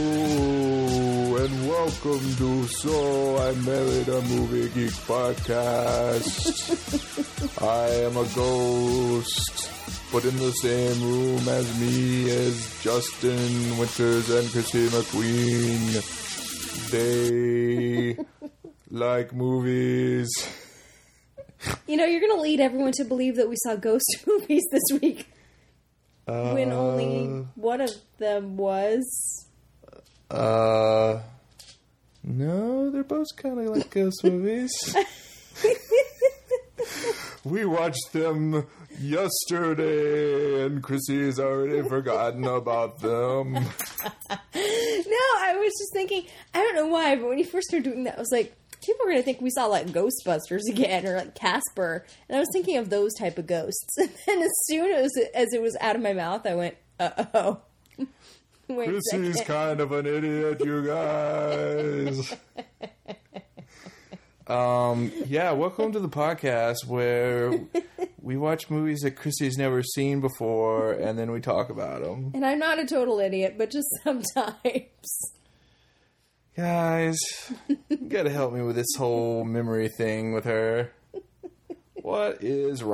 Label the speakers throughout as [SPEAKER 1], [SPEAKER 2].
[SPEAKER 1] Hello and welcome to So I Married a Movie Geek podcast. I am a ghost, but in the same room as me is Justin Winters and Christine McQueen. They like movies.
[SPEAKER 2] You know, you're going to lead everyone to believe that we saw ghost movies this week when only one of them was.
[SPEAKER 1] Uh, no, they're both kind of like ghost movies. we watched them yesterday, and Chrissy's already forgotten about them.
[SPEAKER 2] No, I was just thinking, I don't know why, but when you first started doing that, I was like, people are going to think we saw like Ghostbusters again or like Casper. And I was thinking of those type of ghosts. And then as soon as it, as it was out of my mouth, I went, uh oh. Wait a second.
[SPEAKER 1] Chrissy's kind of an idiot, you guys. Um, yeah, welcome to the podcast where we watch movies that Chrissy's never seen before, and then we talk about them.
[SPEAKER 2] And I'm not a total idiot, but just sometimes.
[SPEAKER 1] Guys, you gotta help me with this whole memory thing with her. What is
[SPEAKER 2] Well,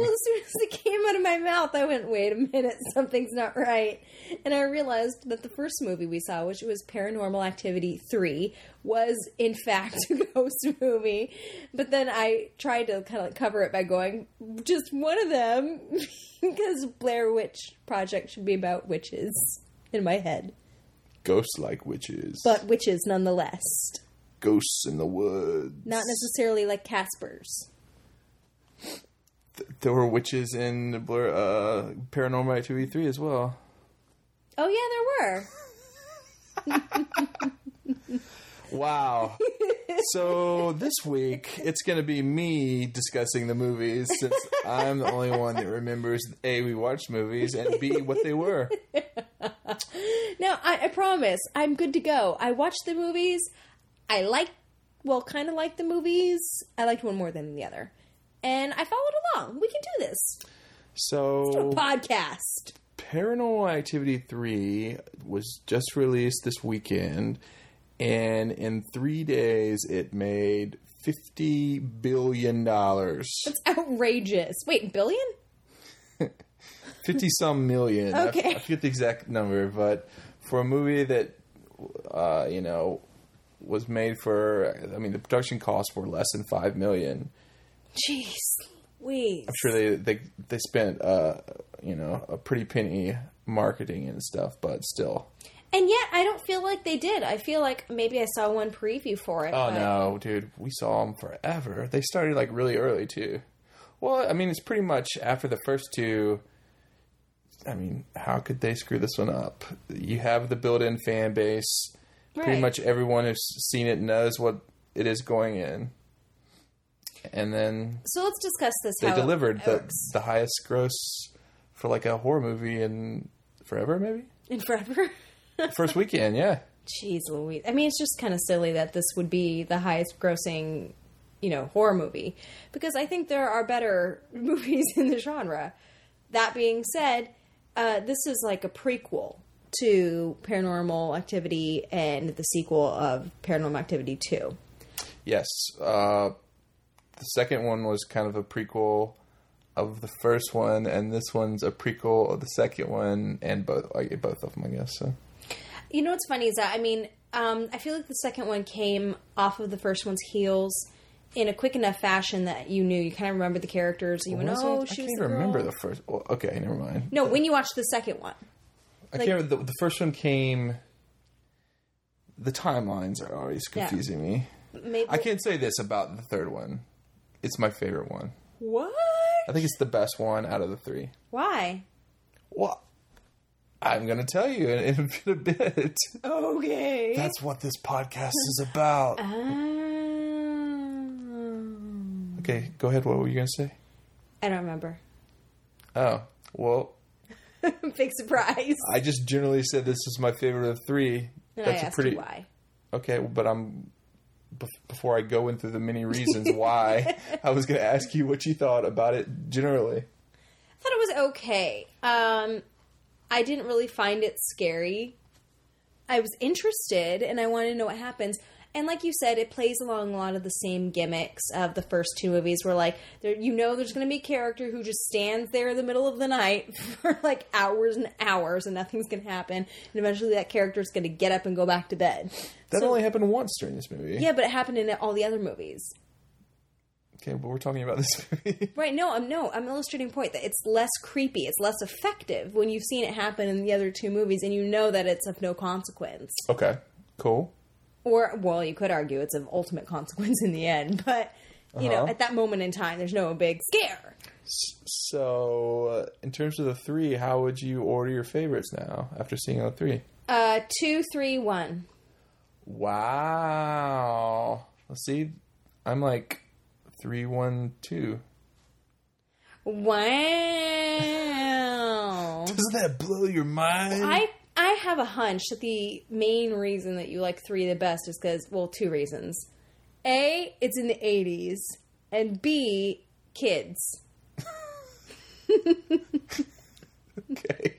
[SPEAKER 2] as soon as it came out of my mouth, I went, wait a minute, something's not right. And I realized that the first movie we saw, which was Paranormal Activity 3, was in fact a ghost movie. But then I tried to kind of cover it by going, just one of them, because Blair Witch Project should be about witches in my head.
[SPEAKER 1] Ghosts like witches.
[SPEAKER 2] But witches nonetheless.
[SPEAKER 1] Ghosts in the woods.
[SPEAKER 2] Not necessarily like Casper's.
[SPEAKER 1] There were witches in the Blur, uh, Paranormal Activity 3 as well.
[SPEAKER 2] Oh, yeah, there were.
[SPEAKER 1] Wow. so this week, it's gonna be me discussing the movies since I'm the only one that remembers A, we watched movies, and B, what they were.
[SPEAKER 2] No, I, I promise. I'm good to go. I watched the movies. I like, well, kind of like the movies. I liked one more than the other. And I followed along. We can do this.
[SPEAKER 1] So.
[SPEAKER 2] Podcast.
[SPEAKER 1] Paranormal Activity 3 was just released this weekend, and in three days it made $50 billion. 50
[SPEAKER 2] It's outrageous. Wait, billion?
[SPEAKER 1] some million. I-
[SPEAKER 2] Okay.
[SPEAKER 1] I, forget the exact number, but for a movie that, uh, you know, was made for, I mean, the production costs were less than $5 million.
[SPEAKER 2] Jeez. Wait.
[SPEAKER 1] I'm sure they, they, they spent, uh, you know, a pretty penny marketing and stuff, but still.
[SPEAKER 2] And yet, I don't feel like they did. I feel like maybe I saw one preview for it.
[SPEAKER 1] Oh
[SPEAKER 2] but-
[SPEAKER 1] no, dude, we saw them forever. They started like really early too. Well, I mean, it's pretty much after the first two. I mean, how could they screw this one up? You have the built-in fan base. Pretty
[SPEAKER 2] Right.
[SPEAKER 1] much everyone who's seen it knows what it is going in. And then
[SPEAKER 2] So let's discuss this.
[SPEAKER 1] they
[SPEAKER 2] how it
[SPEAKER 1] delivered the,
[SPEAKER 2] works.
[SPEAKER 1] the highest gross for like a horror movie in forever, maybe?
[SPEAKER 2] in forever.
[SPEAKER 1] First weekend, yeah.
[SPEAKER 2] Jeez Louise. I mean, it's just kind of silly that this would be the highest grossing, you know, horror movie because I think there are better movies in the genre. That being said, uh, this is like a prequel to Paranormal Activity and the sequel of Paranormal Activity 2.
[SPEAKER 1] Yes. Uh, the second one was kind of a prequel of the first one, and this one's a prequel of the second one, and both like both of them, I guess. So.
[SPEAKER 2] You know what's funny is that I mean, um, I feel like the second one came off of the first one's heels in a quick enough fashion that you knew you kind of remembered the characters. You went,
[SPEAKER 1] Was
[SPEAKER 2] "Oh,
[SPEAKER 1] it?
[SPEAKER 2] she
[SPEAKER 1] I
[SPEAKER 2] was
[SPEAKER 1] can't
[SPEAKER 2] the girl."
[SPEAKER 1] remember the first. Well, okay, never mind.
[SPEAKER 2] no, when you watched the second one.
[SPEAKER 1] I can't. remember- The, the first one came. The timelines are always confusing me.
[SPEAKER 2] Maybe
[SPEAKER 1] I can't say this about the third one. It's my favorite one.
[SPEAKER 2] What?
[SPEAKER 1] I think it's the best one out of the three.
[SPEAKER 2] Why?
[SPEAKER 1] Well, I'm going to tell you in, in a bit.
[SPEAKER 2] Okay.
[SPEAKER 1] That's what this podcast is about.
[SPEAKER 2] Ah. Um,
[SPEAKER 1] Okay, go ahead. What were you going to say?
[SPEAKER 2] I don't remember.
[SPEAKER 1] Oh, well,
[SPEAKER 2] Big surprise.
[SPEAKER 1] I just generally said this is my favorite of three.
[SPEAKER 2] And I
[SPEAKER 1] That's a
[SPEAKER 2] asked
[SPEAKER 1] pretty
[SPEAKER 2] you why.
[SPEAKER 1] okay, but I'm bef- before I go into the many reasons why I was going to ask you what you thought about it generally.
[SPEAKER 2] I thought it was okay. Um, I didn't really find it scary. I was interested and I wanted to know what happens. And like you said, it plays along a lot of the same gimmicks of the first two movies, where like there, you know there's going to be a character who just stands there in the middle of the night for like hours and hours, and nothing's going to happen. And eventually, that character is going to get up and go back to bed.
[SPEAKER 1] That
[SPEAKER 2] So-
[SPEAKER 1] only happened once during this movie.
[SPEAKER 2] yeah, but it happened in all the other movies.
[SPEAKER 1] Okay, but we're talking about this movie.
[SPEAKER 2] Right, no, I'm no, I'm illustrating a point that it's less creepy, it's less effective when you've seen it happen in the other two movies and you know that it's of no consequence.
[SPEAKER 1] okay, cool.
[SPEAKER 2] Or well, you could argue it's of ultimate consequence in the end, but you know,
[SPEAKER 1] Uh-huh.
[SPEAKER 2] at that moment in time there's no big scare.
[SPEAKER 1] So, uh, in terms of the three, how would you order your favorites now after seeing all three?
[SPEAKER 2] Uh two, three, one.
[SPEAKER 1] Wow. Let's see. I'm like three, one, two.
[SPEAKER 2] Wow.
[SPEAKER 1] Doesn't that blow your mind?
[SPEAKER 2] I I have a hunch that the main reason that you like three the best is because well, two reasons. A, it's in the eighties, and B, kids.
[SPEAKER 1] okay.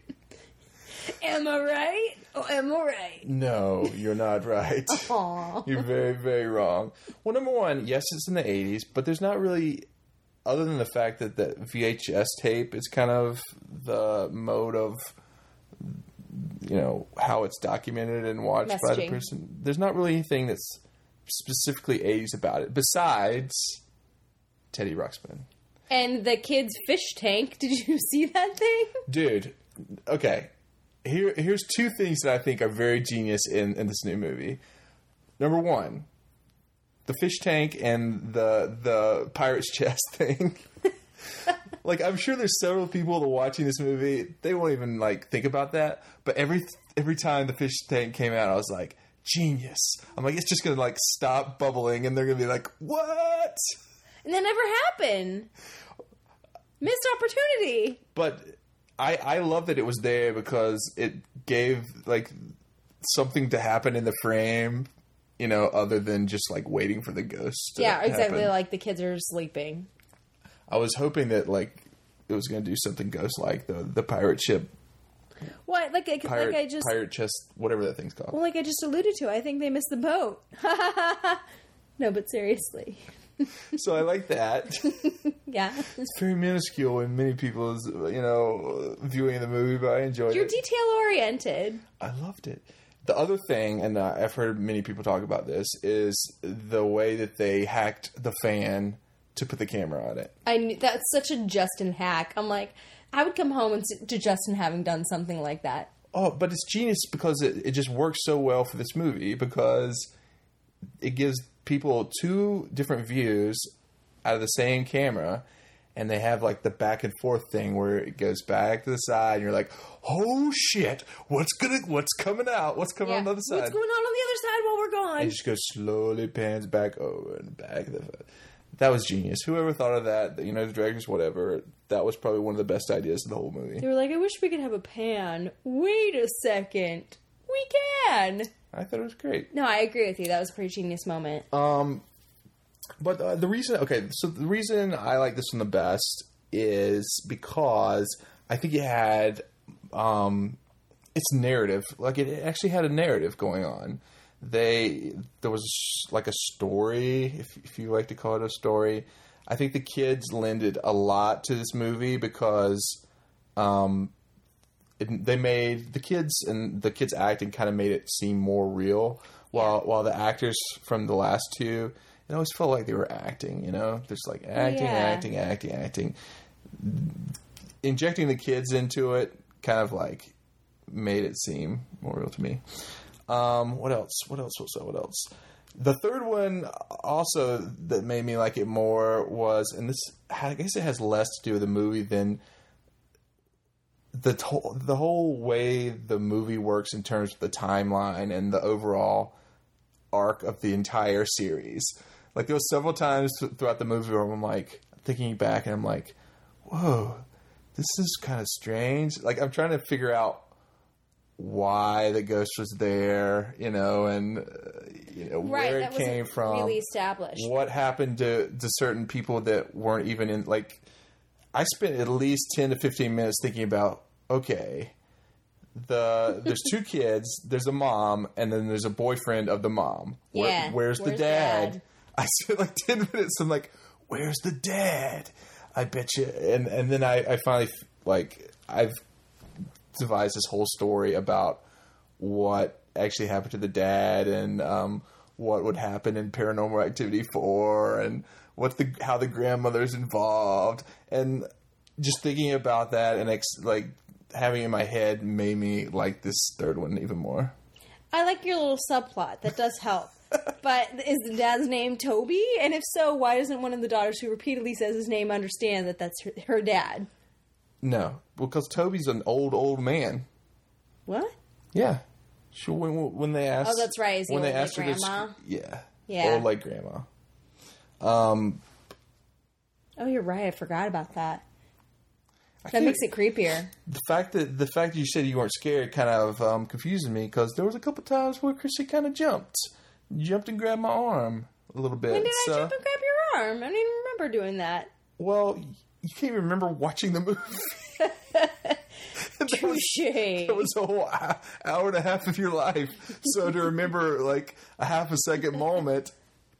[SPEAKER 2] Am I right? Oh, am I right?
[SPEAKER 1] No, you're not right.
[SPEAKER 2] Aw.
[SPEAKER 1] You're very, very wrong. Well, number one, yes, it's in the 80s, but there's not really, other than the fact that the VHS tape is kind of the mode of, you know, how it's documented and watched by the
[SPEAKER 2] Messaging.
[SPEAKER 1] person. There's not really anything that's specifically 80s about it, besides Teddy Ruxpin.
[SPEAKER 2] And the kids' fish tank. Did you see that thing?
[SPEAKER 1] Dude, okay. Here, here's two things that I think are very genius in, in this new movie. Number one, the fish tank and the the pirate's chest thing. like I'm sure there's several people that are watching this movie, they won't even like think about that. But every every time the fish tank came out, I was like, genius. I'm like, it's just gonna like stop bubbling, and they're gonna be like, what?
[SPEAKER 2] And that never happened. Missed opportunity.
[SPEAKER 1] but I I love that it was there because it gave like something to happen in the frame, you know, other than just like waiting for the ghost. to
[SPEAKER 2] Yeah, exactly.
[SPEAKER 1] happen.
[SPEAKER 2] Like the kids are sleeping.
[SPEAKER 1] I was hoping that like it was going to do something ghost like the the pirate ship,
[SPEAKER 2] What? Like, like,
[SPEAKER 1] pirate
[SPEAKER 2] like I just,
[SPEAKER 1] pirate chest, whatever that thing's called.
[SPEAKER 2] well, like I just alluded to. I think they missed the boat. no, but seriously,
[SPEAKER 1] so I like that.
[SPEAKER 2] yeah.
[SPEAKER 1] it's very minuscule in many people's you know viewing of the movie, but I enjoyed
[SPEAKER 2] You're
[SPEAKER 1] it.
[SPEAKER 2] detail oriented.
[SPEAKER 1] I loved it. The other thing, and uh, I've heard many people talk about this, is the way that they hacked the fan to put the camera on it.
[SPEAKER 2] I knew, that's such a Justin hack. I'm like, I would come home and s- to Justin having done something like that.
[SPEAKER 1] Oh, but it's genius because it, it just works so well for this movie because it gives people two different views out of the same camera. And they have like the back and forth thing where it goes back to the side, and you're like, "Oh shit, what's gonna, what's coming out? What's coming
[SPEAKER 2] Yeah.
[SPEAKER 1] on the other side?"
[SPEAKER 2] What's going on on the other side while we're gone?
[SPEAKER 1] It just goes slowly pans back over and back. That was genius. Whoever thought of that, you know, the directors, whatever, that was probably one of the best ideas of the whole
[SPEAKER 2] They
[SPEAKER 1] movie.
[SPEAKER 2] were like, I wish we could have a pan. Wait a second. We can.
[SPEAKER 1] I thought it was great.
[SPEAKER 2] No, I agree with you. That was a pretty genius moment.
[SPEAKER 1] Oh, But uh, the reason, okay, so the reason I like this one the best is because I think it had um, its narrative. Like it actually had a narrative going on. They there was like a story, if if you like to call it a story. I think the kids lended a lot to this movie because um, it, they made the kids and the kids acting kind of made it seem more real. While while the actors from the last two, it always felt like they were acting. You know, just like acting,
[SPEAKER 2] Yeah.
[SPEAKER 1] acting, acting, acting. Injecting the kids into it kind of like made it seem more real to me. Um, what else? What else? What else? What else? The third one also that made me like it more was, and this I guess it has less to do with the movie than the to- the whole way the movie works in terms of the timeline and the overall arc of the entire series. Like there was several times th- throughout the movie where I'm like thinking back and I'm like, whoa, this is kind of strange. Like I'm trying to figure out why the ghost was there, you know, and uh, you know
[SPEAKER 2] Right,
[SPEAKER 1] where it
[SPEAKER 2] that
[SPEAKER 1] came
[SPEAKER 2] wasn't
[SPEAKER 1] from
[SPEAKER 2] really established.
[SPEAKER 1] what happened to, to certain people that weren't even in like i spent at least 10 to 15 minutes thinking about okay the there's two kids there's a mom and then there's a boyfriend of the mom Where-
[SPEAKER 2] Yeah,
[SPEAKER 1] where's, the
[SPEAKER 2] where's
[SPEAKER 1] dad?
[SPEAKER 2] dad?
[SPEAKER 1] i spent like 10 minutes i'm like where's the dad i bet you and and then i i finally like i've devised this whole story about what actually happened to the dad and um, what would happen in Paranormal Activity four and what the how the grandmother's involved and just thinking about that and ex- like having it in my head made me like this third one even more.
[SPEAKER 2] I like your little subplot. That does help. but is the dad's name Toby? And if so, why doesn't one of the daughters who repeatedly says his name understand that that's her, her dad?
[SPEAKER 1] No, because Toby's an old old man.
[SPEAKER 2] What?
[SPEAKER 1] Yeah, she when when they asked.
[SPEAKER 2] Oh, that's right. Is he
[SPEAKER 1] when they
[SPEAKER 2] old like
[SPEAKER 1] asked her to sc-
[SPEAKER 2] grandma?
[SPEAKER 1] yeah,
[SPEAKER 2] Yeah.
[SPEAKER 1] old like grandma.
[SPEAKER 2] Oh, you're right. I forgot about that.
[SPEAKER 1] I
[SPEAKER 2] That
[SPEAKER 1] can't-
[SPEAKER 2] makes it creepier.
[SPEAKER 1] the fact that the fact that you said you weren't scared kind of um, confuses me because there was a couple times where Chrissy kind of jumped, jumped and grabbed my arm a little bit.
[SPEAKER 2] When did
[SPEAKER 1] so,
[SPEAKER 2] I jump and grab your arm? I don't even remember doing that.
[SPEAKER 1] well, you can't even remember watching the movie. that, was,
[SPEAKER 2] Touche.
[SPEAKER 1] that was a whole hou- hour and a half of your life. So to remember like a half a second moment,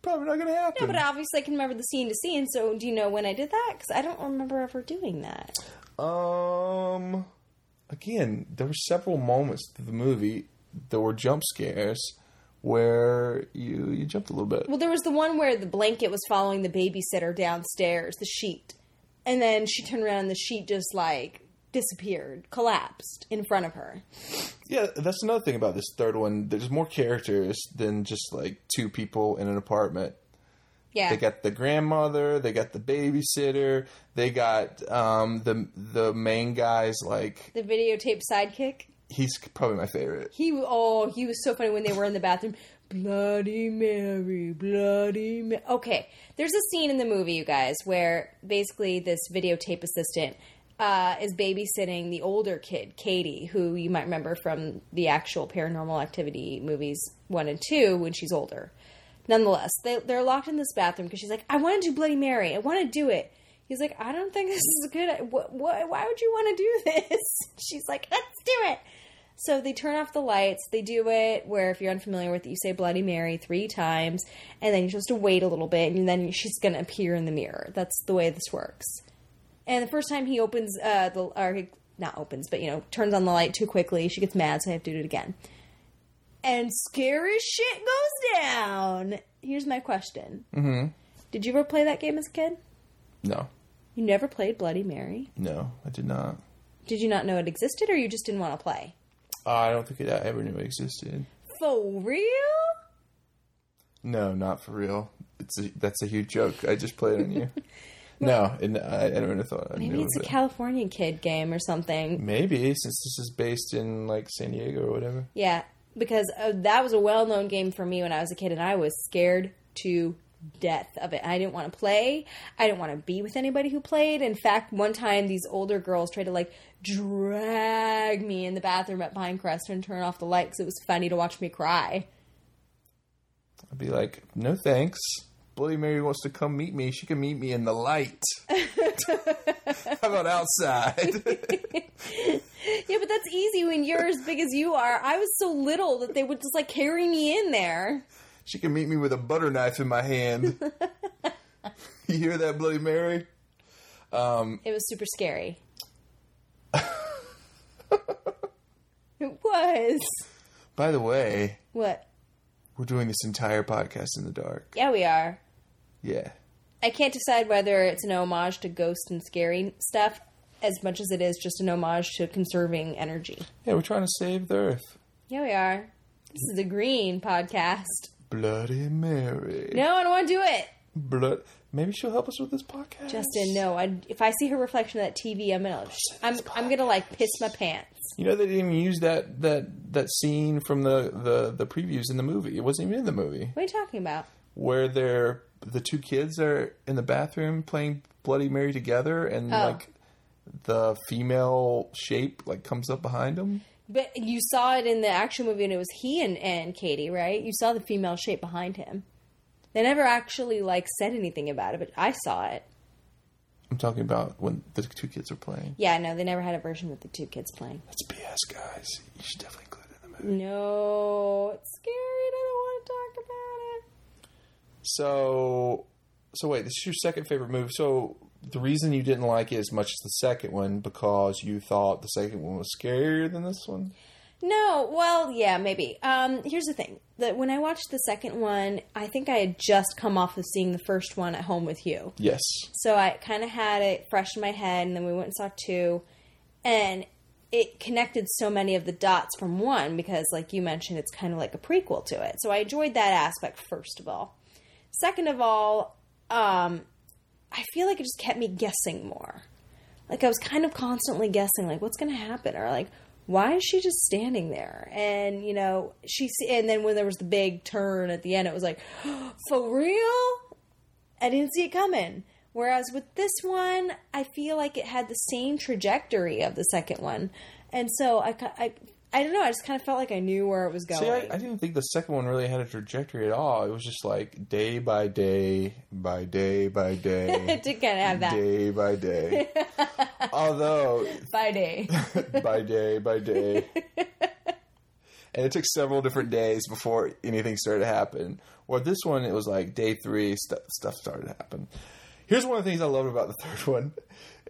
[SPEAKER 1] probably not going to happen.
[SPEAKER 2] But obviously, I can remember the scene to scene. So, do you know when I did that? Because I don't remember ever doing that.
[SPEAKER 1] Um, again, there were several moments through the movie that were jump scares where you you jumped a little bit.
[SPEAKER 2] Well, there was the one where the blanket was following the babysitter downstairs, the sheet. And then she turned around and the sheet just like disappeared, collapsed in front of her.
[SPEAKER 1] Yeah, that's another thing about this third one. There's more characters than just like two people in an apartment.
[SPEAKER 2] Yeah.
[SPEAKER 1] They got the grandmother, they got the babysitter, they got um, the the main guy's like
[SPEAKER 2] the videotape sidekick.
[SPEAKER 1] he's probably my favorite.
[SPEAKER 2] He w- oh, he was so funny when they were in the bathroom. Bloody Mary, Bloody Mary. Okay, there's a scene in the movie, you guys, where basically this videotape assistant uh, is babysitting the older kid, Katie, who you might remember from the actual Paranormal Activity movies one and two when she's older. Nonetheless, they, they're locked in this bathroom because she's like, "I want to do Bloody Mary. I want to do it." He's like, "I don't think this is good. What, what, why would you want to do this?" She's like, "Let's do it." So they turn off the lights. They do it where if you're unfamiliar with it, you say Bloody Mary three times, and then you're supposed to wait a little bit, and then she's going to appear in the mirror. That's the way this works. And the first time he opens uh, the or he not opens, but you know, turns on the light too quickly, she gets mad, so I have to do it again. And scary shit goes down. Here's my question: mm-hmm. Did you ever play that game as a kid?
[SPEAKER 1] No,
[SPEAKER 2] You never played Bloody Mary.
[SPEAKER 1] no, I did not.
[SPEAKER 2] Did you not know it existed, or you just didn't want to play?
[SPEAKER 1] Uh, I don't think it I ever knew it existed.
[SPEAKER 2] For real?
[SPEAKER 1] No, not for real. It's a, that's a huge joke. I just played on you. no, and I, I never thought. I
[SPEAKER 2] Maybe
[SPEAKER 1] knew
[SPEAKER 2] it's a
[SPEAKER 1] of it.
[SPEAKER 2] California kid game or something.
[SPEAKER 1] Maybe since this is based in like San Diego or whatever.
[SPEAKER 2] Yeah, because uh, that was a well-known game for me when I was a kid, and I was scared to death of it. I didn't want to play. I didn't want to be with anybody who played. In fact, one time these older girls tried to like drag me in the bathroom at Pinecrest and turn off the light because it was funny to watch me cry.
[SPEAKER 1] I'd be like, no thanks. Bloody Mary wants to come meet me. She can meet me in the light. How about outside?
[SPEAKER 2] Yeah, but that's easy when you're as big as you are. I was so little that they would just like carry me in there.
[SPEAKER 1] she can meet me with a butter knife in my hand. you hear that, Bloody Mary?
[SPEAKER 2] It was super scary. it was.
[SPEAKER 1] By the way,
[SPEAKER 2] What?
[SPEAKER 1] we're doing this entire podcast in the dark.
[SPEAKER 2] Yeah, we are.
[SPEAKER 1] Yeah.
[SPEAKER 2] I can't decide whether it's an homage to ghost and scary stuff as much as it is just an homage to conserving energy.
[SPEAKER 1] Yeah, we're trying to save the earth.
[SPEAKER 2] Yeah, we are. This is a green podcast.
[SPEAKER 1] Bloody Mary.
[SPEAKER 2] No, I don't want to do it.
[SPEAKER 1] Blood Maybe she'll help us with this podcast.
[SPEAKER 2] Justin, no. I, if I see her reflection on that TV, I'm gonna, I'm, I'm gonna like piss my pants.
[SPEAKER 1] You know they didn't even use that that that scene from the the the previews in the movie. It wasn't even in the movie
[SPEAKER 2] What are you talking about?
[SPEAKER 1] where they're the two kids are in the bathroom playing Bloody Mary together, and like the female shape like comes up behind them.
[SPEAKER 2] But you saw it in the actual movie, and it was he and, and Katie, right? You saw the female shape behind him. They never actually like said anything about it, but I saw it.
[SPEAKER 1] I'm talking about when the two kids are playing.
[SPEAKER 2] Yeah, no, they never had a version with the two kids playing.
[SPEAKER 1] That's BS, guys. You should definitely include it in the movie.
[SPEAKER 2] No, it's scary. and I don't want to talk about it.
[SPEAKER 1] So, so wait, this is your second favorite movie. So the reason you didn't like it as much as the second one because you thought the second one was scarier than this one.
[SPEAKER 2] No, well, yeah, maybe. Um, here's the thing: that when I watched the second one, I think I had just come off of seeing the first one at home with you,
[SPEAKER 1] Yes.
[SPEAKER 2] so I kind of had it fresh in my head. And then we went and saw two, and it connected so many of the dots from one because, like you mentioned, it's kind of like a prequel to it. So I enjoyed that aspect first of all. Second of all, um, I feel like it just kept me guessing more. Like I was kind of constantly guessing, like what's going to happen, or like why is she just standing there? And you know, she s- and then when there was the big turn at the end, it was like, for real? I didn't see it coming. Whereas with this one, I feel like it had the same trajectory of the second one, and so I, ki- I, I don't know. I just kind of felt like I knew where it was going.
[SPEAKER 1] See, I, I didn't think the second one really had a trajectory at all. It was just like day by day, by day by
[SPEAKER 2] it
[SPEAKER 1] day,
[SPEAKER 2] did kind of have that
[SPEAKER 1] day by day. Although
[SPEAKER 2] by day.
[SPEAKER 1] by day by day. and it took several different days before anything started to happen. Or this one, it was like day three, stu- stuff started to happen. Here's one of the things I loved about the third one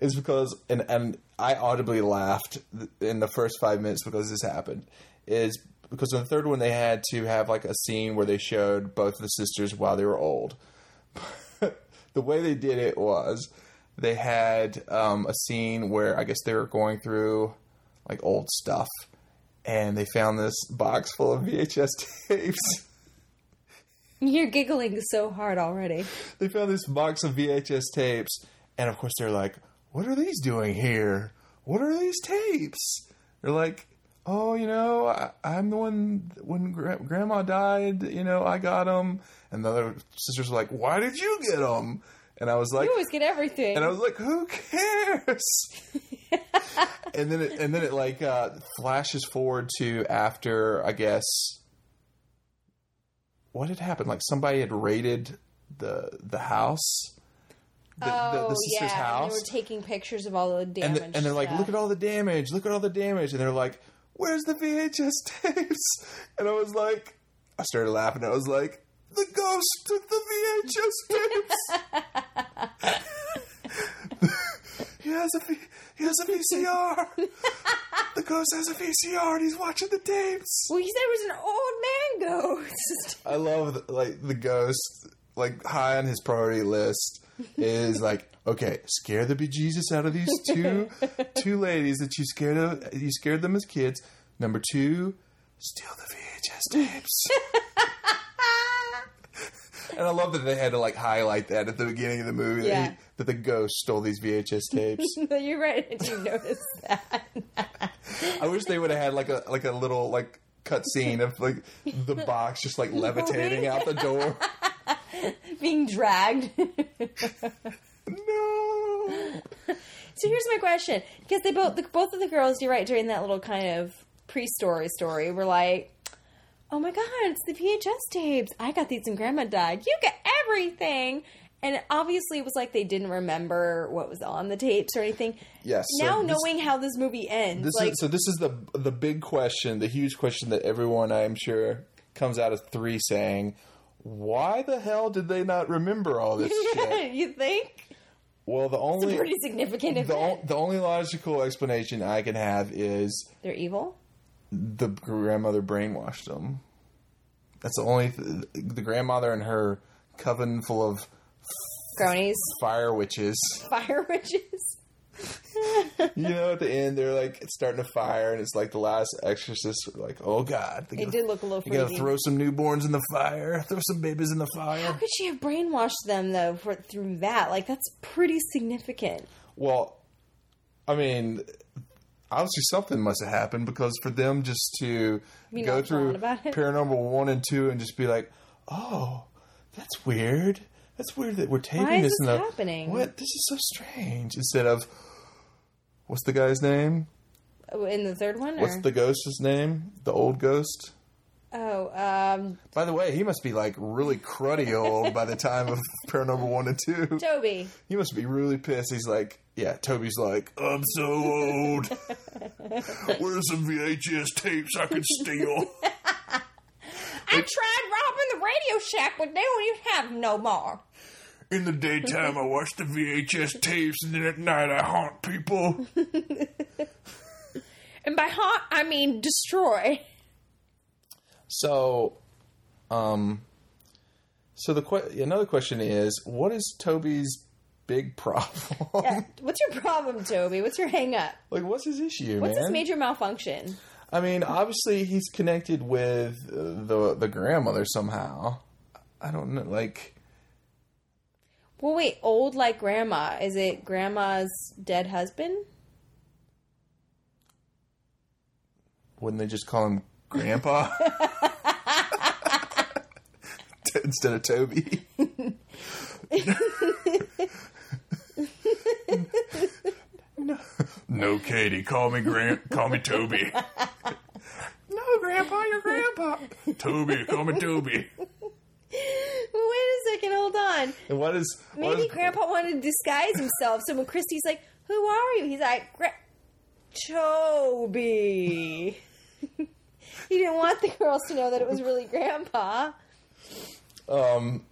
[SPEAKER 1] is because, and, and I audibly laughed th- in the first five minutes because this happened, is because in the third one they had to have like a scene where they showed both the sisters while they were old the way they did it was they had um, a scene where I guess they were going through like old stuff, and they found this box full of VHS tapes.
[SPEAKER 2] You're giggling so hard already.
[SPEAKER 1] they found this box of VHS tapes, and of course they're like, "What are these doing here? What are these tapes?" They're like, "Oh, you know, I, I'm the one when gra- Grandma died. You know, I got them." And the other sisters were like, "Why did you get them?" And I was like,
[SPEAKER 2] You always get everything.
[SPEAKER 1] and I was like, "Who cares?" and then it, and then it like uh, flashes forward to after I guess what had happened. Like somebody had raided the the house, the, the, the
[SPEAKER 2] Oh, And
[SPEAKER 1] sister's
[SPEAKER 2] they
[SPEAKER 1] house,
[SPEAKER 2] were taking pictures of all the damage.
[SPEAKER 1] and, the- and they're like, "Look at all the damage! Look at all the damage!" And they're like, "Where's the VHS tapes?" And I was like, I started laughing. I was like, "The ghost took the VHS tapes." he has a V- he has a VCR. the ghost has a VCR, and he's watching the tapes.
[SPEAKER 2] Well, he said it was an old man ghost.
[SPEAKER 1] I love like the ghost like high on his priority list is like okay, scare the bejesus out of these two two ladies that you scared of, you scared them as kids. Number two, steal the VHS tapes. and I love that they had to like highlight that at the beginning of the movie that,
[SPEAKER 2] Yeah.
[SPEAKER 1] he, that the ghost stole these VHS tapes.
[SPEAKER 2] You're right. I didn't notice that.
[SPEAKER 1] I wish they would have had like a like a little like cut scene of like the box just like levitating out the door.
[SPEAKER 2] Being dragged.
[SPEAKER 1] No.
[SPEAKER 2] so here's my question: because they both, the, both of the girls, you're right, during that little kind of pre-story story, were like, "Oh my god, it's the VHS tapes! I got these when Grandma died. You get everything." And obviously, it was like they didn't remember what was on the tapes or anything.
[SPEAKER 1] Yes, so
[SPEAKER 2] Now
[SPEAKER 1] this-
[SPEAKER 2] knowing how this movie ends,
[SPEAKER 1] This
[SPEAKER 2] like
[SPEAKER 1] is, so this is the the big question, the huge question that everyone I'm sure comes out of three saying, why the hell did they not remember all this shit?
[SPEAKER 2] you think
[SPEAKER 1] Well, the only
[SPEAKER 2] pretty significant
[SPEAKER 1] the,
[SPEAKER 2] event.
[SPEAKER 1] on- the only logical explanation I can have is
[SPEAKER 2] They're evil.
[SPEAKER 1] the grandmother brainwashed them. That's the only th- the grandmother and her coven full of
[SPEAKER 2] Cronies,
[SPEAKER 1] fire witches.
[SPEAKER 2] fire witches.
[SPEAKER 1] you know, at the end they're like it's starting to fire, and it's like the last Exorcist. We're like, oh god, they
[SPEAKER 2] It did look a little
[SPEAKER 1] You gotta
[SPEAKER 2] freaky.
[SPEAKER 1] throw some newborns in the fire, throw some babies in the
[SPEAKER 2] How
[SPEAKER 1] fire.
[SPEAKER 2] could she have brainwashed them though for through that? Like that's pretty significant.
[SPEAKER 1] Well, I mean, obviously something must have happened because for them just to
[SPEAKER 2] Be
[SPEAKER 1] go
[SPEAKER 2] nonchalant
[SPEAKER 1] through
[SPEAKER 2] about it.
[SPEAKER 1] Paranormal One and Two and just be like, "Oh, that's weird. That's weird that we're taping
[SPEAKER 2] Why is
[SPEAKER 1] this."
[SPEAKER 2] this
[SPEAKER 1] in the-
[SPEAKER 2] happening?
[SPEAKER 1] What? This is so strange. Instead of what's the guy's name?
[SPEAKER 2] Oh, In the third one,
[SPEAKER 1] What's
[SPEAKER 2] or?
[SPEAKER 1] the ghost's name? The old ghost.
[SPEAKER 2] oh um,
[SPEAKER 1] By the way, he must be like really cruddy old by the time of Paranormal One and Two.
[SPEAKER 2] Toby.
[SPEAKER 1] He must be really pissed. He's like, yeah, Toby's like, I'm so old. Where's some VHS tapes I could steal?
[SPEAKER 2] I tried robbing the Radio Shack, but they don't even have no more.
[SPEAKER 1] In the daytime, I watch the VHS tapes, and then at night, I haunt people.
[SPEAKER 2] And by haunt, I mean destroy.
[SPEAKER 1] So, um, so the que- another question is, what is Toby's big problem?
[SPEAKER 2] What's your problem, Toby? What's your hang up?
[SPEAKER 1] like, what's his issue,
[SPEAKER 2] What's
[SPEAKER 1] man?
[SPEAKER 2] this major malfunction?
[SPEAKER 1] I mean, obviously, he's connected with uh, the the grandmother somehow. I don't know, like.
[SPEAKER 2] Well, wait, old like grandma. Is it grandma's dead husband?
[SPEAKER 1] wouldn't they just call him Grandpa T- instead of Toby? no. no, Katie, call me Grand, call me Toby. no, Grandpa, you're Grandpa. Toby, call me Toby.
[SPEAKER 2] Wait a second, hold on.
[SPEAKER 1] And what is what
[SPEAKER 2] Maybe
[SPEAKER 1] is-
[SPEAKER 2] grandpa wanted to disguise himself, so when Christy's like, Who are you? He's like, Gra- Toby. he didn't want the girls to know that it was really grandpa.
[SPEAKER 1] um?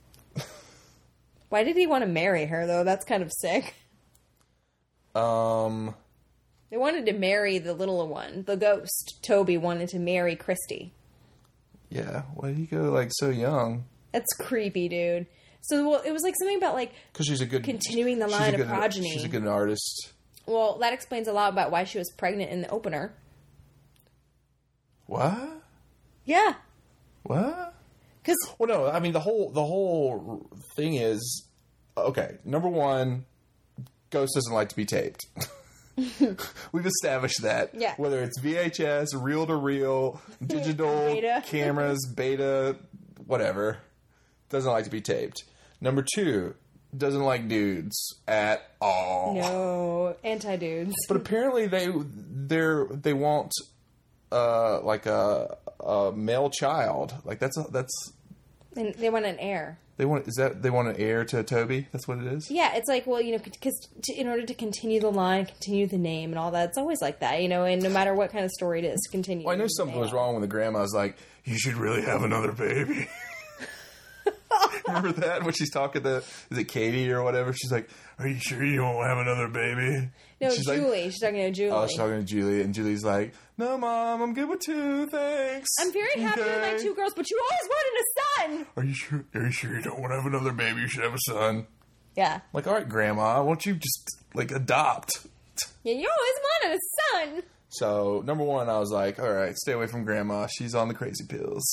[SPEAKER 2] Why did he want to marry her, though? That's kind of sick.
[SPEAKER 1] Um,
[SPEAKER 2] They wanted to marry the little one. The ghost, Toby, wanted to marry Christy.
[SPEAKER 1] yeah. Why did he go like so young?
[SPEAKER 2] That's creepy, dude. So well, it was like something about like
[SPEAKER 1] Because she's a good
[SPEAKER 2] continuing the
[SPEAKER 1] she's a
[SPEAKER 2] line of
[SPEAKER 1] good-
[SPEAKER 2] progeny.
[SPEAKER 1] She's a good artist.
[SPEAKER 2] well, that explains a lot about why she was pregnant in the opener.
[SPEAKER 1] What?
[SPEAKER 2] Yeah,
[SPEAKER 1] What?
[SPEAKER 2] because
[SPEAKER 1] Well, no, I mean the whole the whole thing is okay. Number one, Ghost doesn't like to be taped. We've established that.
[SPEAKER 2] Yeah.
[SPEAKER 1] Whether it's VHS, reel to reel, digital
[SPEAKER 2] Beta.
[SPEAKER 1] cameras, beta, whatever, doesn't like to be taped. Number two, doesn't like dudes at all.
[SPEAKER 2] no anti dudes.
[SPEAKER 1] But apparently they they're they want uh like a a male child. Like that's a, that's
[SPEAKER 2] And they want an heir.
[SPEAKER 1] they want is that they want an heir to Toby? That's what it is.
[SPEAKER 2] Yeah, it's like well, you know, because in order to continue the line, continue the name, and all that, it's always like that, you know. And no matter what kind of story it is, continue.
[SPEAKER 1] Well, I know something was wrong when the grandma was like, "You should really have another baby." Remember that when she's talking to is it Katie or whatever? She's like, "Are you sure you won't have another baby?"
[SPEAKER 2] No,
[SPEAKER 1] she's like- Oh,
[SPEAKER 2] Julie. she's talking to Julie.
[SPEAKER 1] I was talking to Julie, and Julie's like, "No, mom, I'm good with two. Thanks.
[SPEAKER 2] I'm very happy with my
[SPEAKER 1] Okay.
[SPEAKER 2] two girls, but you always wanted a son.
[SPEAKER 1] Are you sure? Are you sure you don't want to have another baby? You should have a son."
[SPEAKER 2] Yeah,
[SPEAKER 1] Like, all right, grandma, won't you just like adopt?
[SPEAKER 2] yeah, you always wanted a son.
[SPEAKER 1] So number one, I was like, all right, stay away from grandma. She's on the crazy pills.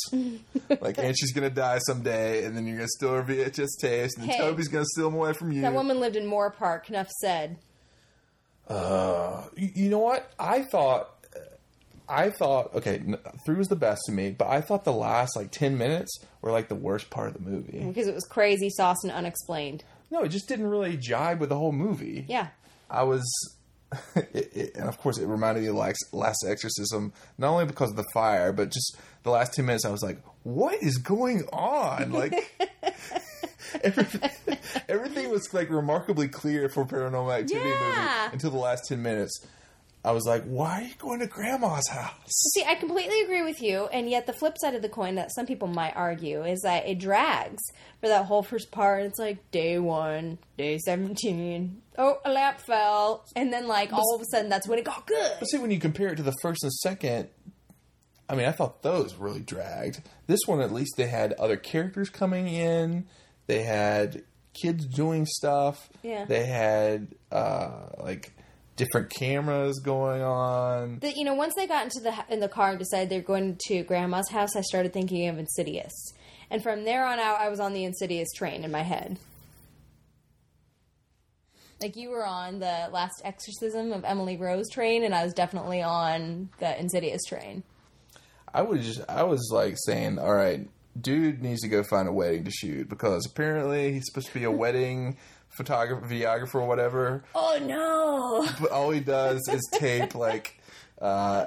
[SPEAKER 1] like, and she's gonna die someday, and then you're gonna steal her VHS tapes, and then
[SPEAKER 2] Hey.
[SPEAKER 1] Toby's gonna steal them away from you.
[SPEAKER 2] That woman lived in Moore Park. Enough said.
[SPEAKER 1] Uh, you, you know what? I thought, I thought, okay, n- three was the best to me, but I thought the last like ten minutes were like the worst part of the movie.
[SPEAKER 2] because it was crazy sauce and unexplained.
[SPEAKER 1] No, it just didn't really jibe with the whole movie.
[SPEAKER 2] Yeah.
[SPEAKER 1] I was, it, it, and of course, it reminded me of last, last Exorcism, not only because of the fire, but just the last ten minutes. I was like, "What is going on?" Like, everything, everything was like remarkably clear for Paranormal Activity
[SPEAKER 2] Yeah.
[SPEAKER 1] movie until the last ten minutes. I was like, "Why are you going to Grandma's house?"
[SPEAKER 2] See, I completely agree with you, and yet the flip side of the coin that some people might argue is that it drags for that whole first part. It's like day one, day 17. Oh, a lap fell. And then, like, all of a sudden, that's when it got good.
[SPEAKER 1] But see, when you compare it to the first and second, I mean, I thought those really dragged. This one, at least, they had other characters coming in. They had kids doing stuff.
[SPEAKER 2] Yeah.
[SPEAKER 1] They had uh, like different cameras going on.
[SPEAKER 2] The, you know, once I got into the in the car and decided they were going to grandma's house, I started thinking of Insidious, and from there on out, I was on the Insidious train in my head. Like you were on the last exorcism of Emily Rose train, and I was definitely on the Insidious train.
[SPEAKER 1] I was just I was like saying, all right, dude needs to go find a wedding to shoot because apparently he's supposed to be a wedding photographer, videographer, or whatever.
[SPEAKER 2] Oh no!
[SPEAKER 1] But all he does is tape like uh,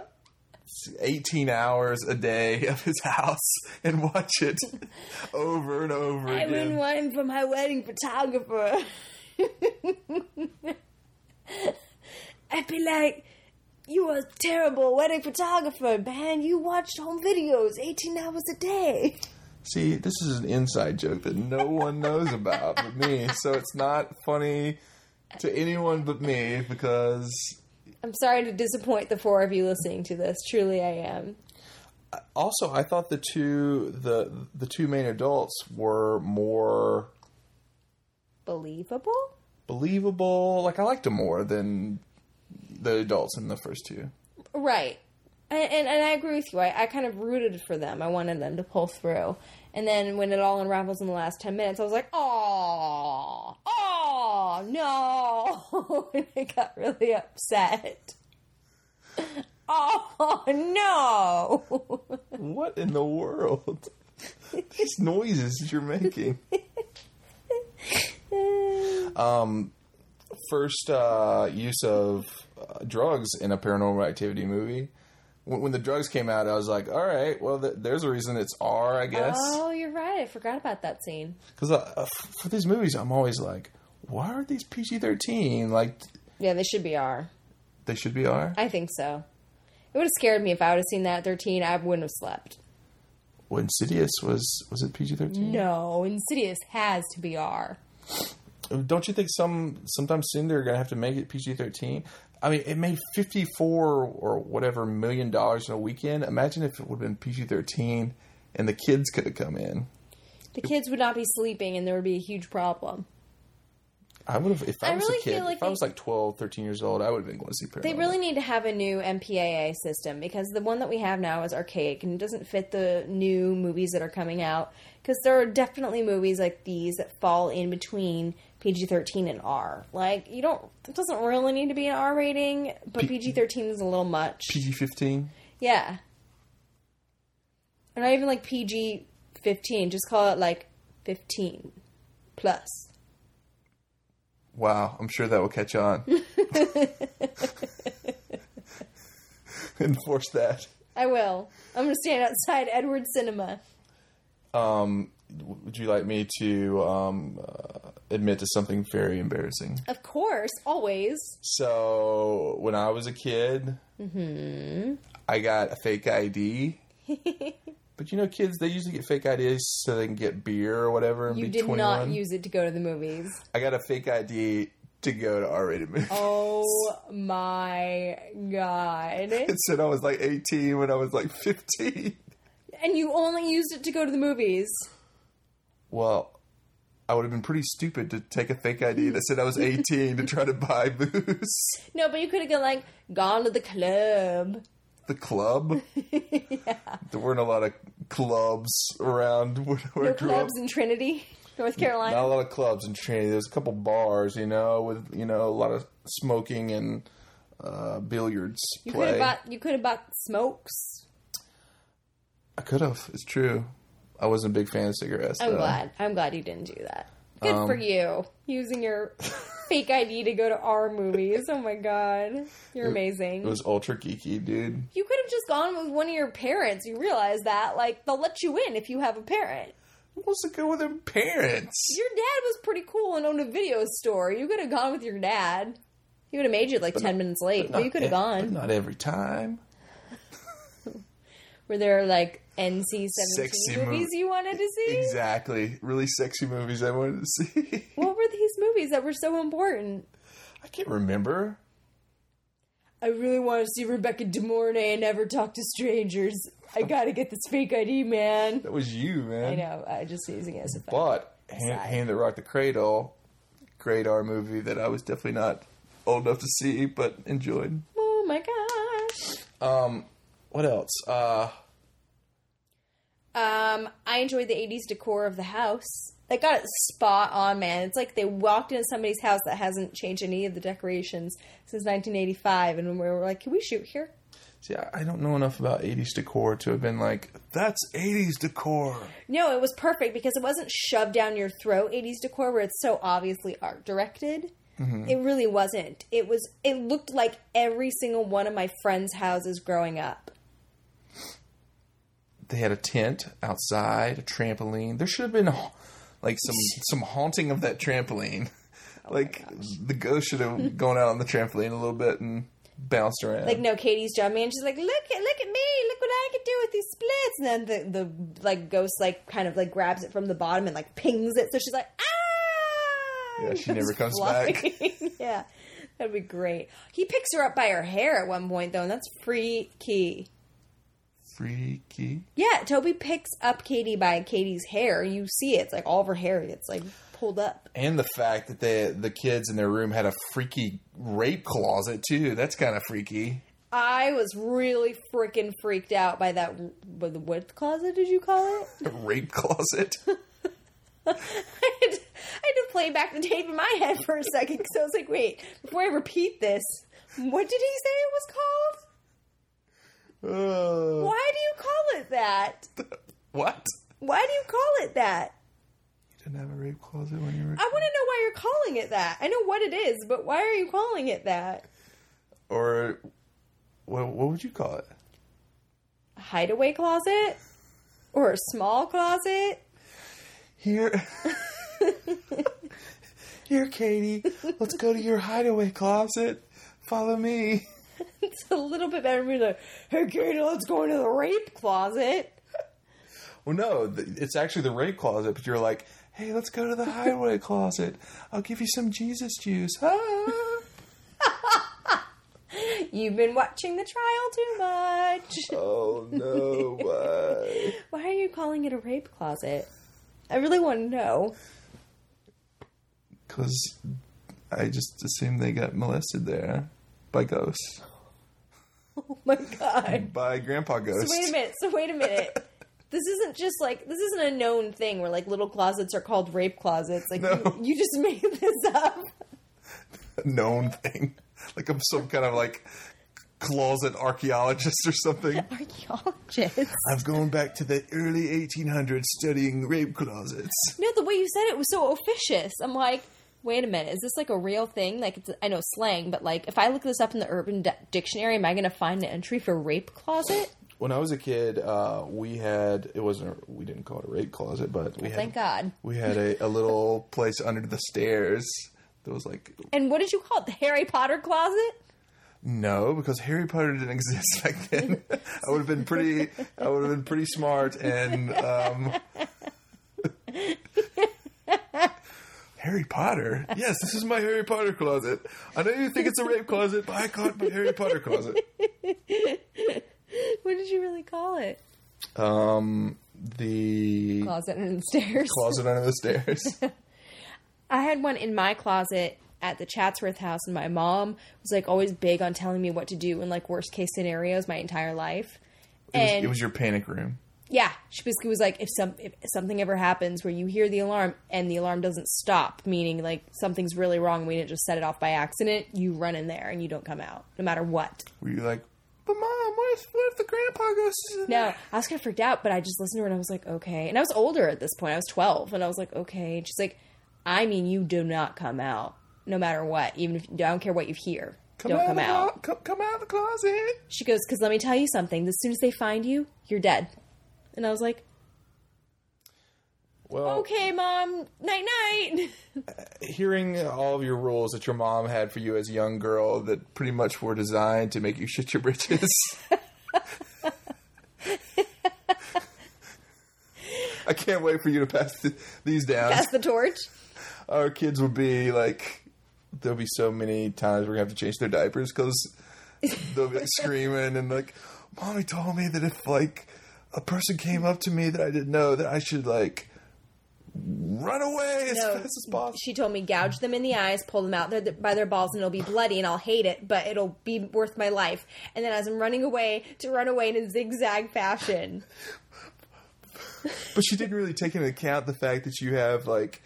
[SPEAKER 1] 18 hours a day of his house and watch it over and over
[SPEAKER 2] I wouldn't
[SPEAKER 1] again.
[SPEAKER 2] want him for my wedding photographer. I'd be like, you are a terrible wedding photographer, man. You watched home videos 18 hours a day.
[SPEAKER 1] See, this is an inside joke that no one knows about but me, so it's not funny to anyone but me because
[SPEAKER 2] I'm sorry to disappoint the four of you listening to this. Truly, I am.
[SPEAKER 1] also I thought the two the the two main adults were more
[SPEAKER 2] Believable?
[SPEAKER 1] believable. Like I liked them more than the adults in the first two.
[SPEAKER 2] Right. And, and, and I agree with you. I, I kind of rooted for them. I wanted them to pull through. And then when it all unravels in the last 10 minutes, I was like, oh, oh, no. and I got really upset. Oh, no.
[SPEAKER 1] What in the world? These noises that you're making. Um, first uh, use of uh, drugs in a paranormal activity movie. When, when the drugs came out, I was like, all right, well, th- there's a reason it's R, I guess.
[SPEAKER 2] Oh, you're right. I forgot about that scene.
[SPEAKER 1] Because for these movies, I'm always like, why are these PG 13? Like,
[SPEAKER 2] Yeah, they should be R.
[SPEAKER 1] they should be R?
[SPEAKER 2] I think so. It would have scared me if I would have seen that at 13. I wouldn't have slept.
[SPEAKER 1] Well, Insidious was, was it PG 13?
[SPEAKER 2] No, Insidious has to be R.
[SPEAKER 1] don't you think some sometimes soon they're gonna have to make it PG thirteen? I mean, it made fifty four or whatever million dollars in a weekend. Imagine if it would have been PG thirteen and the kids could have come in.
[SPEAKER 2] The kids would not be sleeping and there would be a huge problem.
[SPEAKER 1] I would have if I,
[SPEAKER 2] I
[SPEAKER 1] was
[SPEAKER 2] really
[SPEAKER 1] a kid.
[SPEAKER 2] feel like
[SPEAKER 1] if I was
[SPEAKER 2] they-
[SPEAKER 1] like 12, 13 years old, I would have been going to see. Paranormal.
[SPEAKER 2] They really need to have a new MPAA system because the one that we have now is archaic and doesn't fit the new movies that are coming out. Because there are definitely movies like these that fall in between PG 13 and R. Like, you don't, it doesn't really need to be an R rating, but
[SPEAKER 1] P-
[SPEAKER 2] PG 13 is a little much.
[SPEAKER 1] PG fifteen.
[SPEAKER 2] Yeah. Or not even like PG 15, just call it like 15 plus.
[SPEAKER 1] Wow, I'm sure that will catch on and force that.
[SPEAKER 2] I will. I'm going to stand outside Edward Cinema.
[SPEAKER 1] Um, would you like me to um, uh, admit to something very embarrassing?
[SPEAKER 2] Of course, always.
[SPEAKER 1] So when I was a kid,
[SPEAKER 2] Mm-hmm.
[SPEAKER 1] I got a fake ID. but you know, kids they usually get fake IDs so they can get beer or whatever and
[SPEAKER 2] You
[SPEAKER 1] be
[SPEAKER 2] did
[SPEAKER 1] 21.
[SPEAKER 2] not use it to go to the movies.
[SPEAKER 1] I got a fake ID to go to R-rated movies.
[SPEAKER 2] Oh my god.
[SPEAKER 1] It said I was like 18 when I was like 15.
[SPEAKER 2] And you only used it to go to the movies.
[SPEAKER 1] Well, I would have been pretty stupid to take a fake ID that said I was 18 to try to buy booze.
[SPEAKER 2] No, but you could have gone like, gone to the club.
[SPEAKER 1] The club. There weren't a lot of clubs around where, where
[SPEAKER 2] No
[SPEAKER 1] I grew up.
[SPEAKER 2] clubs in Trinity, North Carolina.
[SPEAKER 1] not a lot of clubs in Trinity. There's a couple bars, you know, with you know a lot of smoking and uh, billiards
[SPEAKER 2] you could
[SPEAKER 1] play.
[SPEAKER 2] have bought you could have bought smokes.
[SPEAKER 1] I could have. It's true. I wasn't a big fan of cigarettes.
[SPEAKER 2] I'm
[SPEAKER 1] though.
[SPEAKER 2] glad. I'm glad you didn't do that. Good
[SPEAKER 1] Um.
[SPEAKER 2] for you. Using your fake ID to go to our movies. Oh my god. You're amazing.
[SPEAKER 1] It was ultra geeky, dude.
[SPEAKER 2] you could have just gone with one of your parents. You realize that. Like, they'll let you in if you have a parent.
[SPEAKER 1] What's it go with their parents?
[SPEAKER 2] Your dad was pretty cool and owned a video store. You could have gone with your dad. He would have made you like 10 minutes late, but, you could have
[SPEAKER 1] Not e-
[SPEAKER 2] gone.
[SPEAKER 1] but Not every time.
[SPEAKER 2] Were there like NC 17
[SPEAKER 1] Sexy
[SPEAKER 2] movies
[SPEAKER 1] movie.
[SPEAKER 2] you wanted to see?
[SPEAKER 1] Exactly. Really sexy movies I wanted to see.
[SPEAKER 2] What were these movies that were so important?
[SPEAKER 1] I can't remember.
[SPEAKER 2] I really want to see Rebecca De Mornay and never talk to strangers. I gotta get this fake ID, man.
[SPEAKER 1] That was you, man.
[SPEAKER 2] I know, I just using it as a fact.
[SPEAKER 1] But Hand,
[SPEAKER 2] Sigh.
[SPEAKER 1] Hand That Rocked the Cradle, great R movie that I was definitely not old enough to see but enjoyed.
[SPEAKER 2] Oh my gosh.
[SPEAKER 1] Um, What else? Uh,
[SPEAKER 2] Um, I enjoyed the 80s decor of the house. They got it spot on, man. It's like they walked into somebody's house that hasn't changed any of the decorations since 1985, and we were like, can we shoot here?
[SPEAKER 1] see, I I don't know enough about 80s decor to have been like, that's 80s decor.
[SPEAKER 2] No, it was perfect because it wasn't shoved down your throat 80s decor where it's so obviously art directed. It really wasn't. It was it looked like every single one of my friends' houses growing up.
[SPEAKER 1] They had a tent outside, a trampoline. There should have been like some some haunting of that trampoline. like the ghost should have gone out on the trampoline a little bit and bounced around.
[SPEAKER 2] Like no, Katie's jumping and she's like, "Look at look at me! Look what I can do with these splits!" And then the the like ghost like kind of like grabs it from the bottom and like pings it. So she's like, "Ah!"
[SPEAKER 1] Yeah,
[SPEAKER 2] And
[SPEAKER 1] she never comes
[SPEAKER 2] flying. yeah, that'd be great. He picks her up by her hair at one point though, and that's freaky.
[SPEAKER 1] Freaky.
[SPEAKER 2] Yeah, Toby picks up Katie by Katie's hair. You see it. It's like all of her hair gets like pulled up.
[SPEAKER 1] And the fact that they, the kids in their room had a freaky rape closet too. That's kind of freaky.
[SPEAKER 2] I was really freaking freaked out by that. What, what closet did you call it?
[SPEAKER 1] A rape closet.
[SPEAKER 2] I had, to, I had to play back the tape in my head for a second because I was like, wait, before I repeat this, what did he say it was called?
[SPEAKER 1] Uh,
[SPEAKER 2] Why do you call it that?
[SPEAKER 1] what?
[SPEAKER 2] Why do you call it that?
[SPEAKER 1] You didn't have a rape closet when you
[SPEAKER 2] I
[SPEAKER 1] were.
[SPEAKER 2] want to know why you're calling it that. I know what it is, but why are you calling it that?
[SPEAKER 1] or what, what would you call it?
[SPEAKER 2] A hideaway closet? Or a small closet?
[SPEAKER 1] Here. Here, Katie. Let's go to your hideaway closet. Follow me.
[SPEAKER 2] It's a little bit better than like, hey, Katie, let's go into the rape closet.
[SPEAKER 1] Well, no, th- it's actually the rape closet, but you're like, hey, let's go to the hideaway closet. I'll give you some Jesus juice. Ah.
[SPEAKER 2] You've been watching the trial too much.
[SPEAKER 1] Oh, no. Why?
[SPEAKER 2] Why are you calling it a rape closet? I really want to know.
[SPEAKER 1] Because I just assumed they got molested there by ghosts.
[SPEAKER 2] Oh my god.
[SPEAKER 1] By Grandpa
[SPEAKER 2] So
[SPEAKER 1] Ghost.
[SPEAKER 2] wait a minute. So wait a minute. This isn't just like this isn't a known thing where like little closets are called rape closets. Like
[SPEAKER 1] No.
[SPEAKER 2] you, you just made this up.
[SPEAKER 1] known thing. Like I'm some kind of like closet archaeologist or something.
[SPEAKER 2] Archaeologists.
[SPEAKER 1] I've gone back to the early 1800s studying rape closets.
[SPEAKER 2] No, the way you said it was so officious. I'm like, wait a minute. Is this like a real thing? Like it's I know slang, but like if I look this up in the Urban D- Dictionary, am I going to find an entry for rape closet?
[SPEAKER 1] When I was a kid, uh, we had it wasn't a, we didn't call it a rape closet, but we had
[SPEAKER 2] Oh, Thank God.
[SPEAKER 1] we had a, a little place under the stairs that was like
[SPEAKER 2] And what did you call it? The Harry Potter closet?
[SPEAKER 1] no because Harry Potter didn't exist back then. I would have been pretty I would have been pretty smart and um, Harry Potter. Yes, this is my Harry Potter closet. I know you think it's a rape closet, but I call it my Harry Potter closet.
[SPEAKER 2] What did you really call it?
[SPEAKER 1] Um, the
[SPEAKER 2] Closet under the stairs.
[SPEAKER 1] closet under the stairs.
[SPEAKER 2] I had one in my closet at the Chatsworth house, and my mom was like always big on telling me what to do in like worst case scenarios my entire life.
[SPEAKER 1] It was,
[SPEAKER 2] And
[SPEAKER 1] it was your panic room.
[SPEAKER 2] yeah, she basically was like, if some if something ever happens where you hear the alarm and the alarm doesn't stop, meaning like something's really wrong, we didn't just set it off by accident, you run in there and you don't come out, no matter what.
[SPEAKER 1] Were you like, but mom, what if, what if the grandpa goes? To the-"
[SPEAKER 2] No, I was kind of freaked out, but I just listened to her and I was like, okay. And I was older at this point. I was 12 and I was like, okay. And she's like, I mean, you do not come out no matter what, even if I don't care what you hear. don't come
[SPEAKER 1] the
[SPEAKER 2] out.
[SPEAKER 1] clo- Come, come out of the closet.
[SPEAKER 2] She goes, because let me tell you something. As soon as they find you, you're dead. And I was like,
[SPEAKER 1] Well,
[SPEAKER 2] okay, mom, night night.
[SPEAKER 1] hearing all of your rules that your mom had for you as a young girl that pretty much were designed to make you shit your britches. I can't wait for you to pass th- these down.
[SPEAKER 2] Pass the torch.
[SPEAKER 1] Our kids will be like, there'll be so many times we're gonna have to change their diapers because they'll be like, screaming and like, "Mommy told me that if like a person came up to me that I didn't know that I should like run away as
[SPEAKER 2] No,
[SPEAKER 1] fast as possible.
[SPEAKER 2] she told me gouge them in the eyes, pull them out their, by their balls, and it'll be bloody, and I'll hate it, but it'll be worth my life. And then as I'm running away, to run away in a zigzag fashion.
[SPEAKER 1] But she didn't really take into account the fact that you have like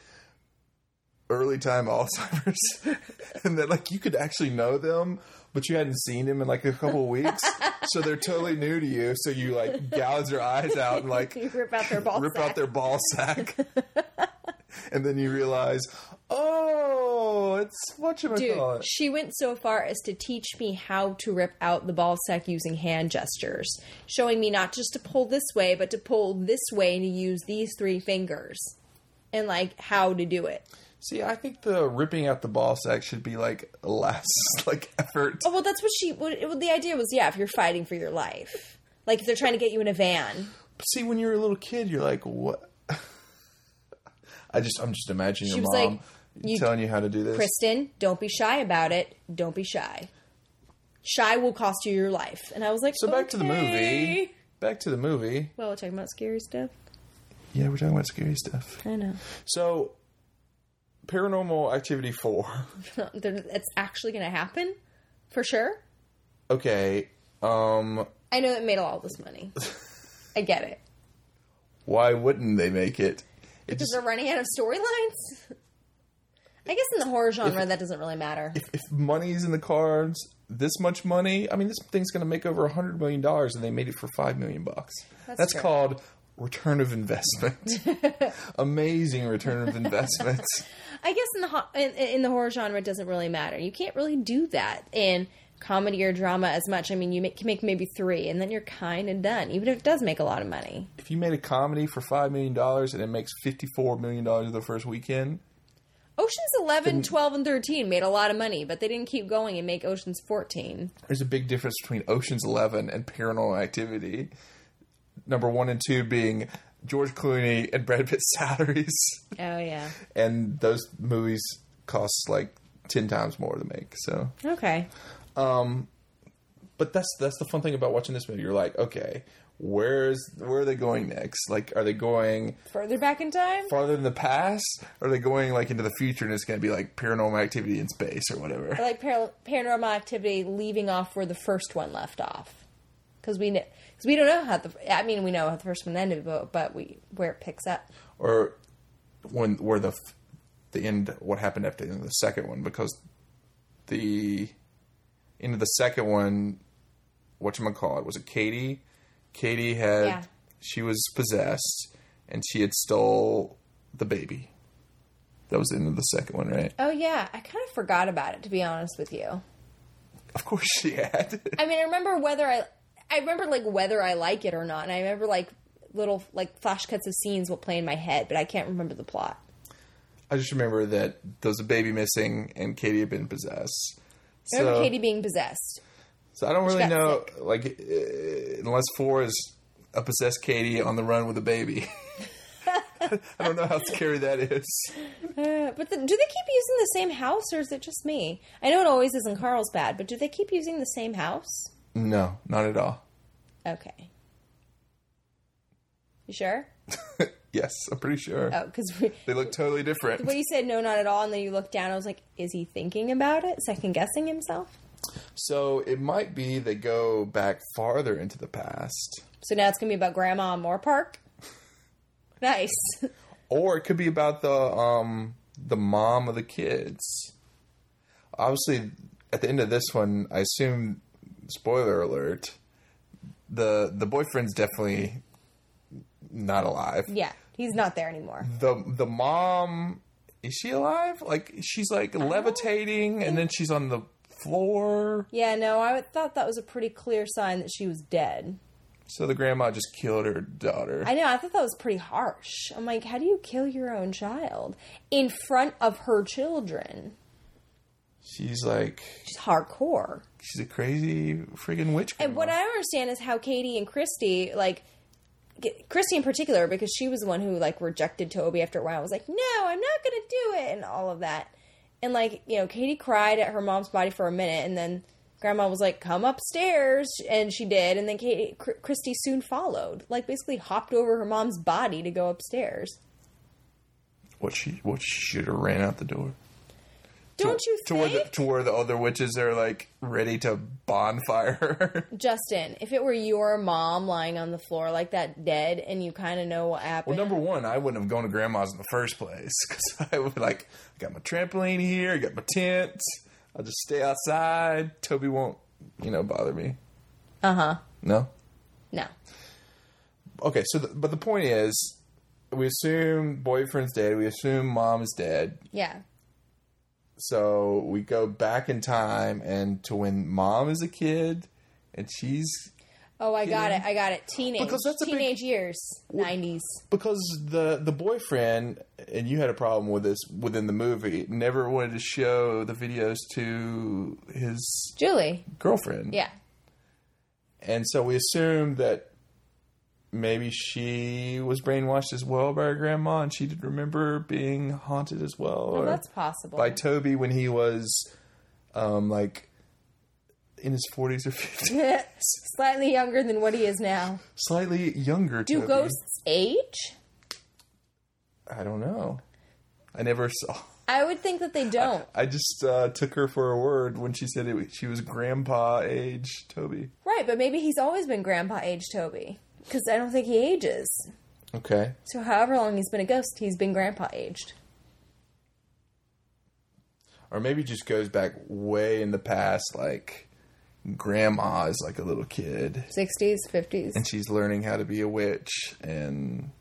[SPEAKER 1] early time Alzheimer's, and that like you could actually know them, but you hadn't seen them in like a couple weeks, so they're totally new to you. So you like gouge their eyes out and like
[SPEAKER 2] You rip out their ball
[SPEAKER 1] rip
[SPEAKER 2] sack.
[SPEAKER 1] out their ball sack, and then you realize, oh, it's what you
[SPEAKER 2] Dude,
[SPEAKER 1] call it.
[SPEAKER 2] she went so far as to teach me how to rip out the ball sack using hand gestures, showing me not just to pull this way, but to pull this way and to use these three fingers, and like how to do it.
[SPEAKER 1] See, I think the ripping out the ball sack should be like a last like effort.
[SPEAKER 2] Oh well, that's what she. What, well, the idea was, yeah, if you're fighting for your life, like if they're trying to get you in a van,
[SPEAKER 1] see when you're a little kid you're like what i just i'm just imagining
[SPEAKER 2] She
[SPEAKER 1] your
[SPEAKER 2] was
[SPEAKER 1] mom
[SPEAKER 2] like, you-
[SPEAKER 1] telling you how to do this
[SPEAKER 2] Kristen, don't be shy about it. Don't be shy. Shy will cost you your life. And I was like,
[SPEAKER 1] so back to the
[SPEAKER 2] okay.
[SPEAKER 1] movie back to the movie
[SPEAKER 2] Well, we're talking about scary stuff.
[SPEAKER 1] yeah we're talking about scary stuff
[SPEAKER 2] I know.
[SPEAKER 1] so paranormal activity 4
[SPEAKER 2] Then It's actually going to happen for sure.
[SPEAKER 1] okay um
[SPEAKER 2] I know it made all this money. I get it.
[SPEAKER 1] why wouldn't they make it it
[SPEAKER 2] Because
[SPEAKER 1] just
[SPEAKER 2] they're running out of storylines. I guess in the horror genre, that doesn't really matter.
[SPEAKER 1] if money's in the cards this much money i mean this thing's going to make over a 100 million dollars and they made it for 5 million bucks that's,
[SPEAKER 2] true.
[SPEAKER 1] called return of investment amazing return of investment
[SPEAKER 2] I guess in the ho- in, in the horror genre, it doesn't really matter. You can't really do that in comedy or drama as much. I mean, you make, can make maybe three, and then you're kind of done, even if it does make a lot of money.
[SPEAKER 1] if you made a comedy for $5 million and it makes $54 million the first weekend
[SPEAKER 2] Oceans 11, 12, and 13 made a lot of money, but they didn't keep going and make Oceans 14.
[SPEAKER 1] there's a big difference between oceans 11 and paranormal activity number one and two being george clooney and brad pitt's salaries
[SPEAKER 2] Oh, yeah.
[SPEAKER 1] and those movies cost like 10 times more to make so
[SPEAKER 2] Okay.
[SPEAKER 1] but that's that's the fun thing about watching this movie. You're like, okay, where's where are they going next? Like, are they going
[SPEAKER 2] Further back in time?
[SPEAKER 1] farther in the past? Or are they going like into the future and it's going to be like paranormal activity in space or
[SPEAKER 2] I
[SPEAKER 1] whatever?
[SPEAKER 2] like par- paranormal activity leaving off where the first one left off. Because we, kn- cause we don't know how the. I mean, we know how the first one ended, but, but we where it picks up.
[SPEAKER 1] Or when where the f- the end what happened after the end of the second one because the end of the second one, what you call it was it Katie? Katie had
[SPEAKER 2] Yeah.
[SPEAKER 1] she was possessed and she had stole the baby. That was the end of the second one, right?
[SPEAKER 2] Oh, yeah. I kind of forgot about it, to be honest with you.
[SPEAKER 1] Of course she had.
[SPEAKER 2] I mean, I remember whether I. I remember, like, whether I like it or not. And I remember, like, little, like, flash cuts of scenes will play in my head, but I can't remember the plot.
[SPEAKER 1] I just remember that there was a baby missing and Katie had been possessed.
[SPEAKER 2] I remember
[SPEAKER 1] So,
[SPEAKER 2] Katie being possessed.
[SPEAKER 1] so I don't really
[SPEAKER 2] got
[SPEAKER 1] know, like, uh, unless four is a possessed Katie on the run with a baby. I don't know how scary that is.
[SPEAKER 2] Uh, but the, do they keep using the same house, or is it just me? I know it always is in Carlsbad, but do they keep using the same house?
[SPEAKER 1] No, not at all.
[SPEAKER 2] Okay. You sure?
[SPEAKER 1] Yes, I'm pretty sure.
[SPEAKER 2] Oh, because when
[SPEAKER 1] They look totally different.
[SPEAKER 2] you said no, not at all, and then you looked down, I was like, is he thinking about it, second guessing himself?
[SPEAKER 1] so it might be they go back farther into the past.
[SPEAKER 2] So now it's gonna be about Grandma and Moore Park. Nice.
[SPEAKER 1] or it could be about the um the mom of the kids. Obviously, at the end of this one, I assume spoiler alert, the the boyfriend's definitely not alive.
[SPEAKER 2] yeah, he's not there anymore.
[SPEAKER 1] The the mom is she alive? Like she's like levitating, and then she's on the floor.
[SPEAKER 2] Yeah, no, I would- thought that was a pretty clear sign that she was dead.
[SPEAKER 1] So the grandma just killed her daughter.
[SPEAKER 2] I know. I thought that was pretty harsh. I'm like, how do you kill your own child in front of her children?
[SPEAKER 1] she's like
[SPEAKER 2] She's hardcore.
[SPEAKER 1] she's a crazy friggin' witch.
[SPEAKER 2] And what I don't understand is how Katie and Christy, like g- Christy in particular, because she was the one who like rejected Toby after a while. Was like, no, I'm not going to do it, and all of that. And like, you know, Katie cried at her mom's body for a minute, and then Grandma was like, "Come upstairs," and she did. And then Katie, Chr- Christy soon followed, like basically hopped over her mom's body to go upstairs.
[SPEAKER 1] What she what should have ran out the door.
[SPEAKER 2] Don't you
[SPEAKER 1] to where,
[SPEAKER 2] think?
[SPEAKER 1] the, to where the other witches are like ready to bonfire her.
[SPEAKER 2] Justin, if it were your mom lying on the floor like that, dead, and you kind of know what
[SPEAKER 1] Well,
[SPEAKER 2] happened,
[SPEAKER 1] number one, I wouldn't have gone to grandma's in the first place because I would like, I got my trampoline here, I got my tent. I'll just stay outside. Toby won't, you know, bother me.
[SPEAKER 2] uh huh.
[SPEAKER 1] No.
[SPEAKER 2] No,
[SPEAKER 1] Okay. So, the, but the point is, we assume boyfriend's dead. We assume mom is dead.
[SPEAKER 2] yeah,
[SPEAKER 1] So we go back in time and to when mom is a kid and she's
[SPEAKER 2] Oh, I got it. I got it. Teenage.
[SPEAKER 1] Because that's a big-
[SPEAKER 2] teenage years. 90s.
[SPEAKER 1] because the the boyfriend and you had a problem with this within the movie never wanted to show the videos to his
[SPEAKER 2] Julie.
[SPEAKER 1] girlfriend.
[SPEAKER 2] Yeah.
[SPEAKER 1] And so we assume that maybe she was brainwashed as well by her grandma and she did remember being haunted as well.
[SPEAKER 2] Well,
[SPEAKER 1] or
[SPEAKER 2] that's possible.
[SPEAKER 1] by Toby when he was um like in his 40s or 50s,
[SPEAKER 2] Slightly younger than what he is now.
[SPEAKER 1] slightly younger
[SPEAKER 2] Do
[SPEAKER 1] Toby.
[SPEAKER 2] ghosts age?
[SPEAKER 1] I don't know. I never saw.
[SPEAKER 2] I would think that they don't.
[SPEAKER 1] I just uh, took her for a word when she said it, was- she was grandpa age Toby.
[SPEAKER 2] Right, but maybe he's always been grandpa age Toby. Because I don't think he ages.
[SPEAKER 1] Okay.
[SPEAKER 2] So, however long he's been a ghost, he's been grandpa aged.
[SPEAKER 1] or maybe just goes back way in the past like grandma is like a little kid
[SPEAKER 2] 60s, 50s.
[SPEAKER 1] and she's learning how to be a witch and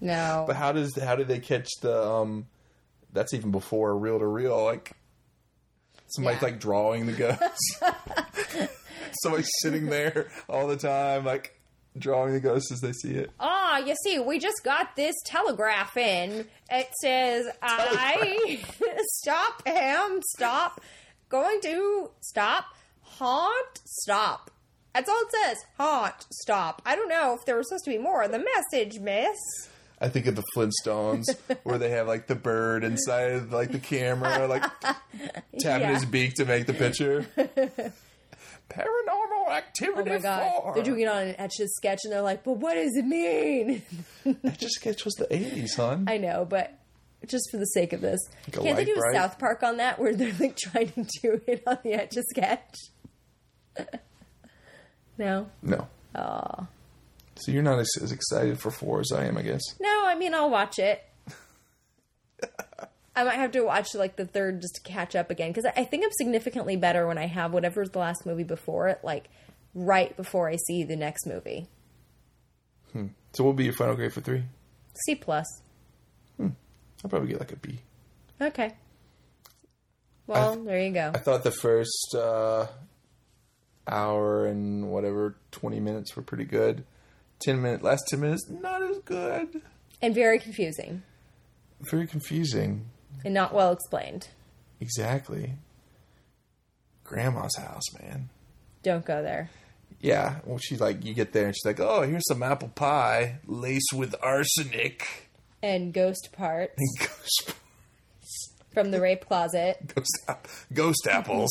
[SPEAKER 2] No.
[SPEAKER 1] but how does how do they catch the um that's even before reel to reel like somebody's
[SPEAKER 2] Yeah.
[SPEAKER 1] like drawing the ghost somebody's sitting there all the time like drawing the ghost as they see it
[SPEAKER 2] Ah, you see, we just got this telegraph in. It says, I stop him, stop, going to stop, haunt, stop. That's all it says. Haunt, stop. I don't know if there was supposed to be more in the message, miss.
[SPEAKER 1] I think of the Flintstones where they have like the bird inside of like the camera, like tapping
[SPEAKER 2] Yeah.
[SPEAKER 1] his beak to make the picture. Paranormal
[SPEAKER 2] Oh
[SPEAKER 1] activity. Four.
[SPEAKER 2] They're doing it on an etch a sketch and they're like, but what does it mean?
[SPEAKER 1] that just sketch was the eighties, hon.
[SPEAKER 2] I know, but just for the sake of this,
[SPEAKER 1] a
[SPEAKER 2] can't they
[SPEAKER 1] light
[SPEAKER 2] do
[SPEAKER 1] bright?
[SPEAKER 2] a South Park on that where they're like trying to do it on the etch a sketch? no.
[SPEAKER 1] no. Oh. So you're not as, as excited for four as I am, I guess.
[SPEAKER 2] No, I mean I'll watch it. I might have to watch like the third just to catch up again because I I think I'm significantly better when I have whatever's the last movie before it, like right before I see the next movie.
[SPEAKER 1] So what will be your final grade for three?
[SPEAKER 2] C plus.
[SPEAKER 1] I'll probably get like a B.
[SPEAKER 2] Okay. Well, there you go.
[SPEAKER 1] I thought the first uh, hour and whatever twenty minutes were pretty good. Ten minute last ten minutes not as good.
[SPEAKER 2] and very confusing
[SPEAKER 1] Very confusing.
[SPEAKER 2] and not well explained.
[SPEAKER 1] Exactly. Grandma's house, man.
[SPEAKER 2] Don't go there.
[SPEAKER 1] Yeah. Well, she's like, you get there and she's like, oh, here's some apple pie laced with arsenic.
[SPEAKER 2] And ghost parts
[SPEAKER 1] Ghost,
[SPEAKER 2] from the rape closet.
[SPEAKER 1] ghost, ap- ghost apples.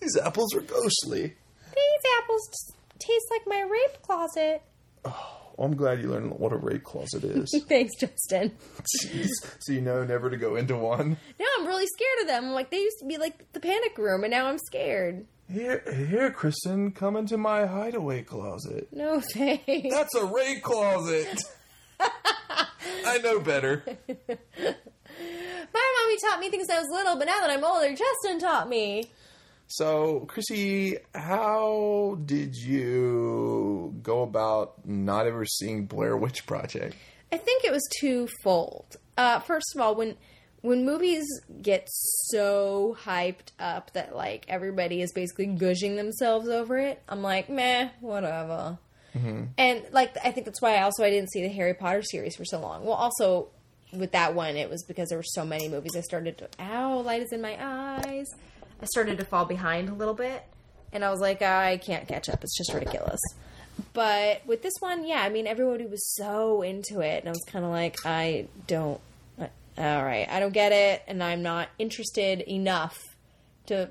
[SPEAKER 1] These apples are ghostly.
[SPEAKER 2] These apples t- taste like my rape closet.
[SPEAKER 1] Well, I'm glad you learned what a rape closet is.
[SPEAKER 2] Thanks, Justin.
[SPEAKER 1] Jeez. So you know never to go into one.
[SPEAKER 2] Now I'm really scared of them. I'm like, they used to be like the panic room, and now I'm scared.
[SPEAKER 1] Here, here, Kristen, come into my hideaway closet.
[SPEAKER 2] No thanks.
[SPEAKER 1] That's a rape closet. I know better.
[SPEAKER 2] My mommy taught me things when I was little, but now that I'm older, Justin taught me.
[SPEAKER 1] So, Chrissy, how did you go about not ever seeing Blair Witch Project?
[SPEAKER 2] I think it was twofold. Uh, first of all, when when movies get so hyped up that like everybody is basically gushing themselves over it, I'm like, meh, whatever. And like, I think that's why also I didn't see the Harry Potter series for so long. Well, also with that one, it was because there were so many movies. I started to ow, light is in my eyes. I started to fall behind a little bit, and I was like, "Ah, I can't catch up. It's just ridiculous. But with this one, yeah, I mean, everybody was so into it, and I was kind of like, I don't, I- all right, I don't get it, and I'm not interested enough to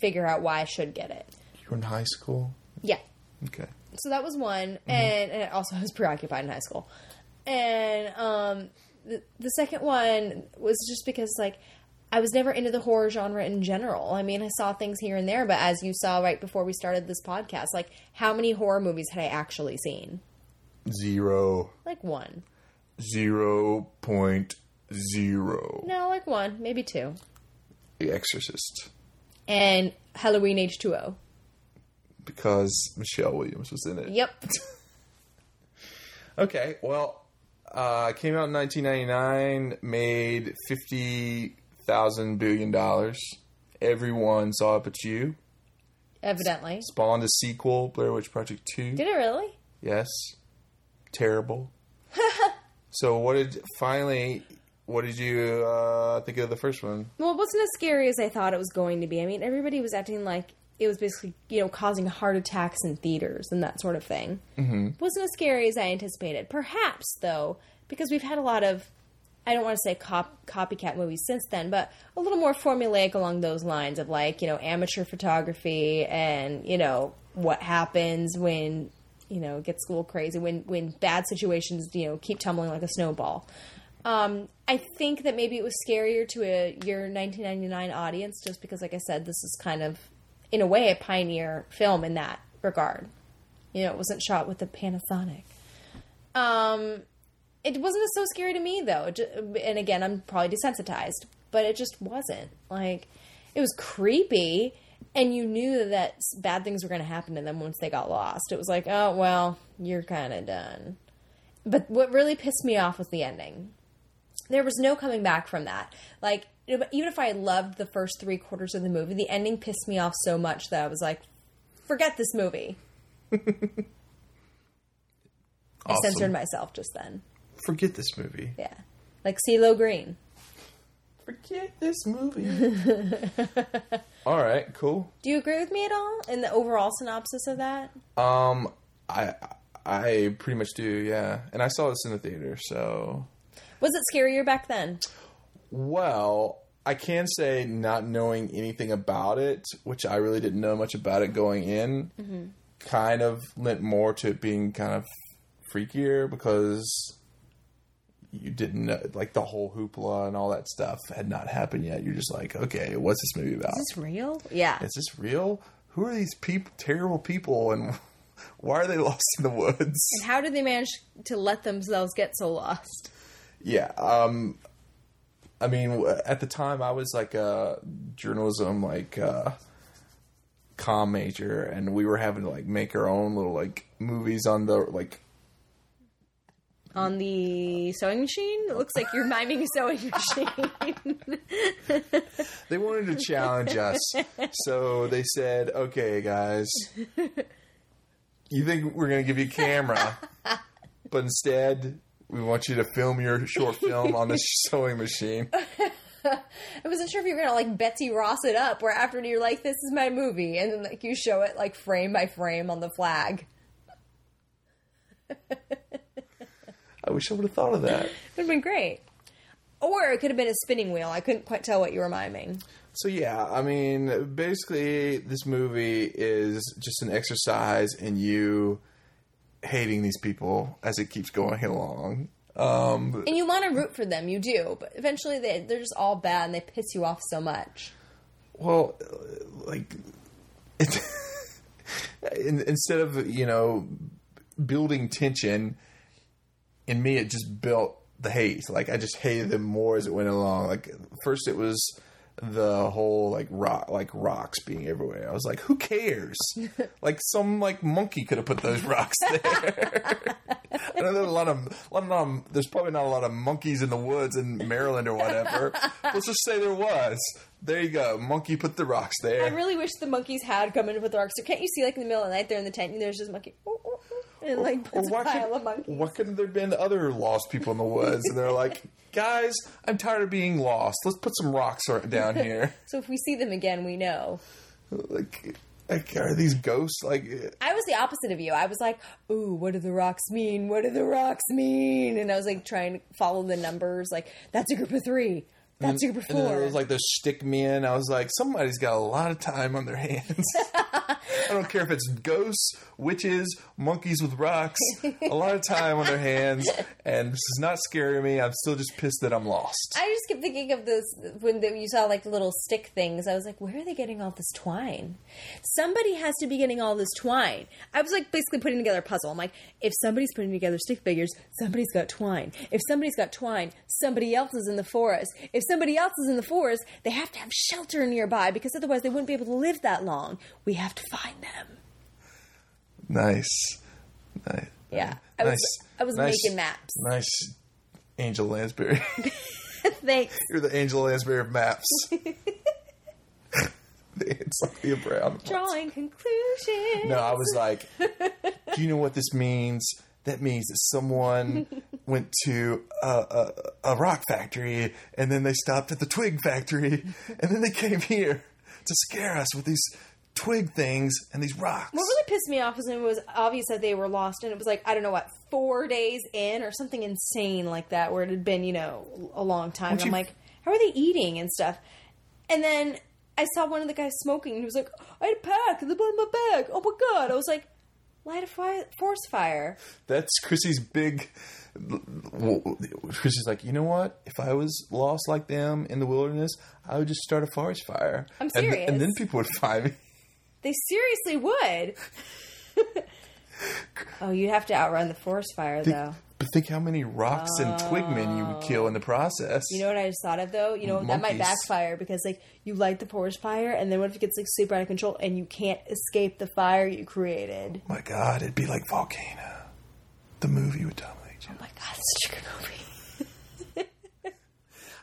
[SPEAKER 2] figure out why I should get it.
[SPEAKER 1] You were in high school.
[SPEAKER 2] Yeah,
[SPEAKER 1] Okay.
[SPEAKER 2] so that was one and, and also i was preoccupied in high school and um the, the second one was just because like i was never into the horror genre in general i mean i saw things here and there but as you saw right before we started this podcast like how many horror movies had i actually seen
[SPEAKER 1] Zero.
[SPEAKER 2] like one
[SPEAKER 1] Zero point zero.
[SPEAKER 2] no like one maybe two
[SPEAKER 1] The Exorcist.
[SPEAKER 2] and halloween h2o
[SPEAKER 1] Because Michelle Williams was in it.
[SPEAKER 2] yep
[SPEAKER 1] Okay, well, uh, came out in 1999, made fifty thousand billion dollars. Everyone saw it, but you.
[SPEAKER 2] evidently
[SPEAKER 1] Spawned a sequel, Blair Witch Project Two.
[SPEAKER 2] did it really
[SPEAKER 1] Yes, terrible. so, what did finally? What did you uh, think of the first one?
[SPEAKER 2] Well, it wasn't as scary as I thought it was going to be. I mean, everybody was acting like it was basically, you know, causing heart attacks in theaters and that sort of thing. Mm-hmm. It wasn't as scary as I anticipated. Perhaps, though, because we've had a lot of, I don't want to say cop- copycat movies since then, but a little more formulaic along those lines of like, you know, amateur photography and, you know, what happens when, you know, it gets a little crazy, when, when bad situations, you know, keep tumbling like a snowball. Um, I think that maybe it was scarier to a your 1999 audience, just because, like I said, this is kind of, in a way, a pioneer film in that regard. You know, it wasn't shot with a Panasonic. Um, it wasn't so scary to me though, It ju- and again, I'm probably desensitized, but it just wasn't like it was creepy, and you knew that s- bad things were going to happen to them once they got lost. It was like, oh well, you're kind of done. But what really pissed me off was the ending there was no coming back from that. Like e, even if I loved the first three quarters of the movie, the ending pissed me off so much that I was like, "Forget this movie." I
[SPEAKER 1] Awesome.
[SPEAKER 2] censored myself just then.
[SPEAKER 1] Forget this movie.
[SPEAKER 2] Yeah, like CeeLo Green.
[SPEAKER 1] Forget this movie. All right, cool.
[SPEAKER 2] Do you agree with me at all in the overall synopsis of that?
[SPEAKER 1] Um, I I pretty much do, yeah. And I saw this in the theater, so
[SPEAKER 2] Was it scarier back then?
[SPEAKER 1] Well, I can say not knowing anything about it, which I really didn't know much about it going in, kind of lent more to it being kind of freakier because you didn't know, like the whole hoopla and all that stuff had not happened yet. You're just like, okay, what's this movie about?
[SPEAKER 2] Is this real? Yeah.
[SPEAKER 1] Is this real? Who are these people? Terrible people, and why are they lost in the woods?
[SPEAKER 2] How did they manage to let themselves get so lost?
[SPEAKER 1] yeah um i mean w- at the time i was like a journalism like uh com major and we were having to like make our own little like movies on the like
[SPEAKER 2] On the sewing machine? It looks like you're miming a sewing machine.
[SPEAKER 1] they wanted to challenge us so they said okay guys you think we're going to give you a camera but instead we want you to film your short film on the sewing machine
[SPEAKER 2] I wasn't sure if you were gonna like Betsy Ross it up, where after you're like, "This is my movie," and then like you show it like frame by frame on the flag.
[SPEAKER 1] i wish i would have thought of that
[SPEAKER 2] It would have been great. Or it could have been a spinning wheel. I couldn't quite tell what you were miming.
[SPEAKER 1] So yeah, I mean, basically, this movie is just an exercise in you hating these people as it keeps going along. Um,
[SPEAKER 2] And you want to root for them, you do, but eventually they they're just all bad and they piss you off so much.
[SPEAKER 1] well, uh, like, it, in, instead of you know building tension in me, it just built the hate. Like I just hated them more as it went along. Like first, it was the whole like rock, like rocks being everywhere. I was like, who cares? like some like monkey could have put those rocks there. I know there's a lot of, lot of um, there's probably not a lot of monkeys in the woods in Maryland or whatever. Let's just say there was. There you go. Monkey put the rocks there.
[SPEAKER 2] I really wish the monkeys had come in with rocks. So can't you see like in the middle of the night they're in the tent and there's just monkey "Ooh, ooh, ooh," and like
[SPEAKER 1] Well,
[SPEAKER 2] puts a pile of monkeys.
[SPEAKER 1] why couldn't there have been other lost people in the woods? And they're like, guys, I'm tired of being lost. Let's put some rocks ar- down here.
[SPEAKER 2] So if we see them again, we know.
[SPEAKER 1] like, like, are these ghosts? Like,
[SPEAKER 2] I was the opposite of you. I was like, ooh, what do the rocks mean? What do the rocks mean? And I was like trying to follow the numbers, like, that's a group of three. That's a group of
[SPEAKER 1] and then
[SPEAKER 2] four.
[SPEAKER 1] there was like those stick men. I was like, somebody's got a lot of time on their hands. I don't care if it's ghosts, witches, monkeys with rocks, a lot of time on their hands, and this is not scaring me. I'm still just pissed that I'm lost.
[SPEAKER 2] I just kept thinking of this when the, you saw like the little stick things. I was like, where are they getting all this twine? Somebody has to be getting all this twine. I was like basically putting together a puzzle. I'm like, if somebody's putting together stick figures, somebody's got twine. If somebody's got twine, somebody else is in the forest. If somebody else is in the forest, they have to have shelter nearby because otherwise they wouldn't be able to live that long. We have to find them.
[SPEAKER 1] Nice. Nice.
[SPEAKER 2] Yeah, I was- I was making maps.
[SPEAKER 1] Nice. Angel Lansbury.
[SPEAKER 2] Thanks.
[SPEAKER 1] You're the Angel Lansbury of maps. the Encyclopedia Brown.
[SPEAKER 2] Drawing conclusions.
[SPEAKER 1] No, I was like, do you know what this means? That means that someone went to a, a, a rock factory and then they stopped at the twig factory and then they came here to scare us with these twig things and these rocks.
[SPEAKER 2] What really pissed me off was when it was obvious that they were lost, and it was like I don't know what four days in or something insane like that, where it had been you know a long time. And I'm
[SPEAKER 1] you-
[SPEAKER 2] like, how are they eating and stuff? And then I saw one of the guys smoking, and he was like, I had a pack, they blew my bag. Oh my god! I was like, light a fire, forest fire.
[SPEAKER 1] That's Chrissy's big. Chrissy's like, you know what? If I was lost like them in the wilderness, I would just start a forest fire.
[SPEAKER 2] I'm
[SPEAKER 1] And th-
[SPEAKER 2] serious.
[SPEAKER 1] and then people would find me.
[SPEAKER 2] They seriously would. oh, you'd have to outrun the forest fire, though.
[SPEAKER 1] But think how many rocks and twig men you would kill in the process.
[SPEAKER 2] You know what I just thought of though? You know that might
[SPEAKER 1] Monkeys.
[SPEAKER 2] backfire because like you light the forest fire, and then what if it gets like super out of control and you can't escape the fire you created?
[SPEAKER 1] my God, it'd be like Volcano, the movie with Tom Lee Jones.
[SPEAKER 2] Oh my god, it's such a good movie.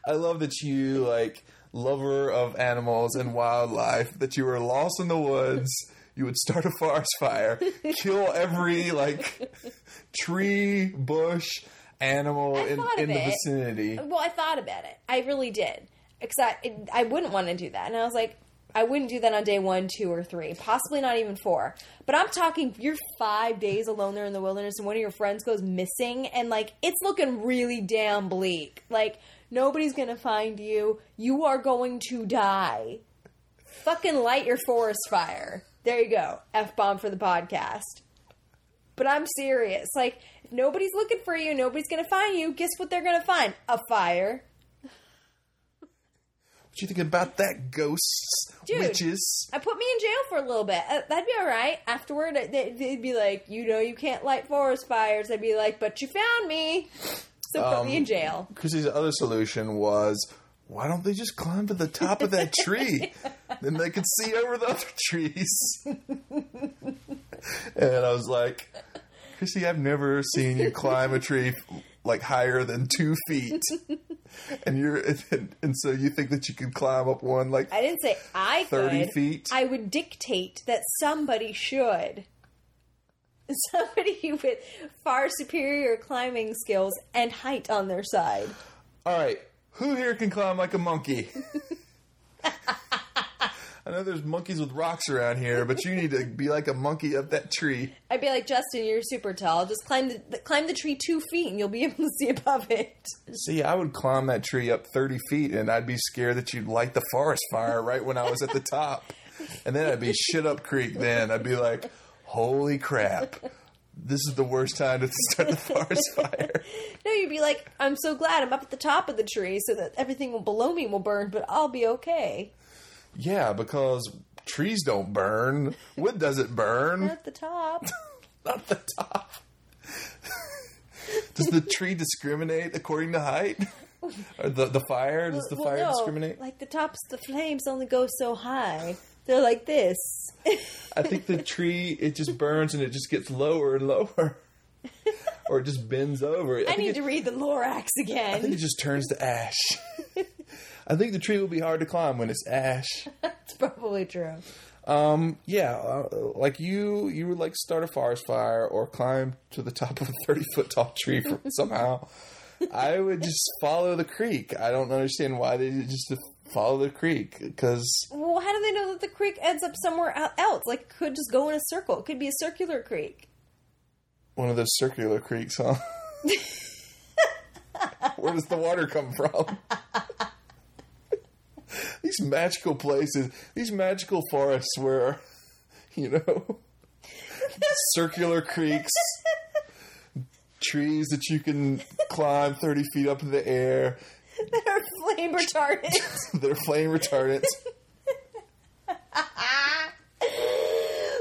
[SPEAKER 1] I love that you like lover of animals and wildlife. That you were lost in the woods. You would start a forest fire, kill every like tree, bush, animal in,
[SPEAKER 2] thought of
[SPEAKER 1] in the
[SPEAKER 2] it.
[SPEAKER 1] vicinity.
[SPEAKER 2] Well, I thought about it. I really did because I it- I wouldn't want to do that, and I was like. I wouldn't do that on day one, two, or three, possibly not even four. But I'm talking, you're five days alone there in the wilderness, and one of your friends goes missing, and like it's looking really damn bleak. Like nobody's gonna find you. You are going to die. Fucking light your forest fire. There you go. F bomb for the podcast. But I'm serious. Like, if nobody's looking for you, nobody's going to find you. Guess what they're going to find? A fire.
[SPEAKER 1] What you think about that? Ghosts,
[SPEAKER 2] Dude.
[SPEAKER 1] witches.
[SPEAKER 2] I put me in jail for a little bit. Uh, that'd be all right. Afterward, I- they- they'd be like, you know, you can't light forest fires. I'd be like, but you found me. So put me in jail.
[SPEAKER 1] Chrissy's other solution was, why don't they just climb to the top of that tree? then they could see over the other trees. and I was like, Chrissy, I've never seen you climb a tree like higher than two feet. And you're and, and so you think that you can climb up one like
[SPEAKER 2] I didn't say I
[SPEAKER 1] 30
[SPEAKER 2] could.
[SPEAKER 1] feet?
[SPEAKER 2] I would dictate that somebody should. Somebody with far superior climbing skills and height on their side.
[SPEAKER 1] All right, who here can climb like a monkey? I know there's monkeys with rocks around here, but you need to be like a monkey up that tree.
[SPEAKER 2] I'd be like, Justin, you're super tall. Just climb the, the climb the tree two feet, and you'll be able to see above it.
[SPEAKER 1] See, I would climb that tree up 30 feet and I'd be scared that you'd light the forest fire right when I was at the top. And then I'd be shit up creek then. I'd be like, holy crap, this is the worst time to start the forest fire.
[SPEAKER 2] No, you'd be like, I'm so glad I'm up at the top of the tree, so that everything below me will burn, but I'll be okay.
[SPEAKER 1] Yeah, because trees don't burn, wood doesn't
[SPEAKER 2] I'm
[SPEAKER 1] burn,
[SPEAKER 2] at the top.
[SPEAKER 1] not the top. Does the tree discriminate according to height? Or the, the fire? Does the
[SPEAKER 2] Well,
[SPEAKER 1] fire
[SPEAKER 2] no,
[SPEAKER 1] discriminate?
[SPEAKER 2] Like the tops, the flames only go so high. They're like this.
[SPEAKER 1] I think the tree it just burns and it just gets lower and lower, or it just bends over. I,
[SPEAKER 2] I
[SPEAKER 1] think
[SPEAKER 2] need
[SPEAKER 1] it,
[SPEAKER 2] to read the Lorax
[SPEAKER 1] I think
[SPEAKER 2] again.
[SPEAKER 1] it just turns to ash. I think the tree will be hard to climb when it's ash.
[SPEAKER 2] It's probably true.
[SPEAKER 1] Um, yeah, uh, like you, you would like start a forest fire or climb to the top of a thirty foot tall tree for, somehow. I would just follow the creek. I don't understand why they didn't just follow the creek because
[SPEAKER 2] Well, how do they know that the creek ends up somewhere el- else? Like, it could just go in a circle. It could be a circular creek.
[SPEAKER 1] one of those circular creeks, huh? Where does the water come from? these magical places, these magical forests where you know? Circular creeks, trees that you can climb 30 feet up in the air
[SPEAKER 2] that are flame retardant.
[SPEAKER 1] that are flame retardants.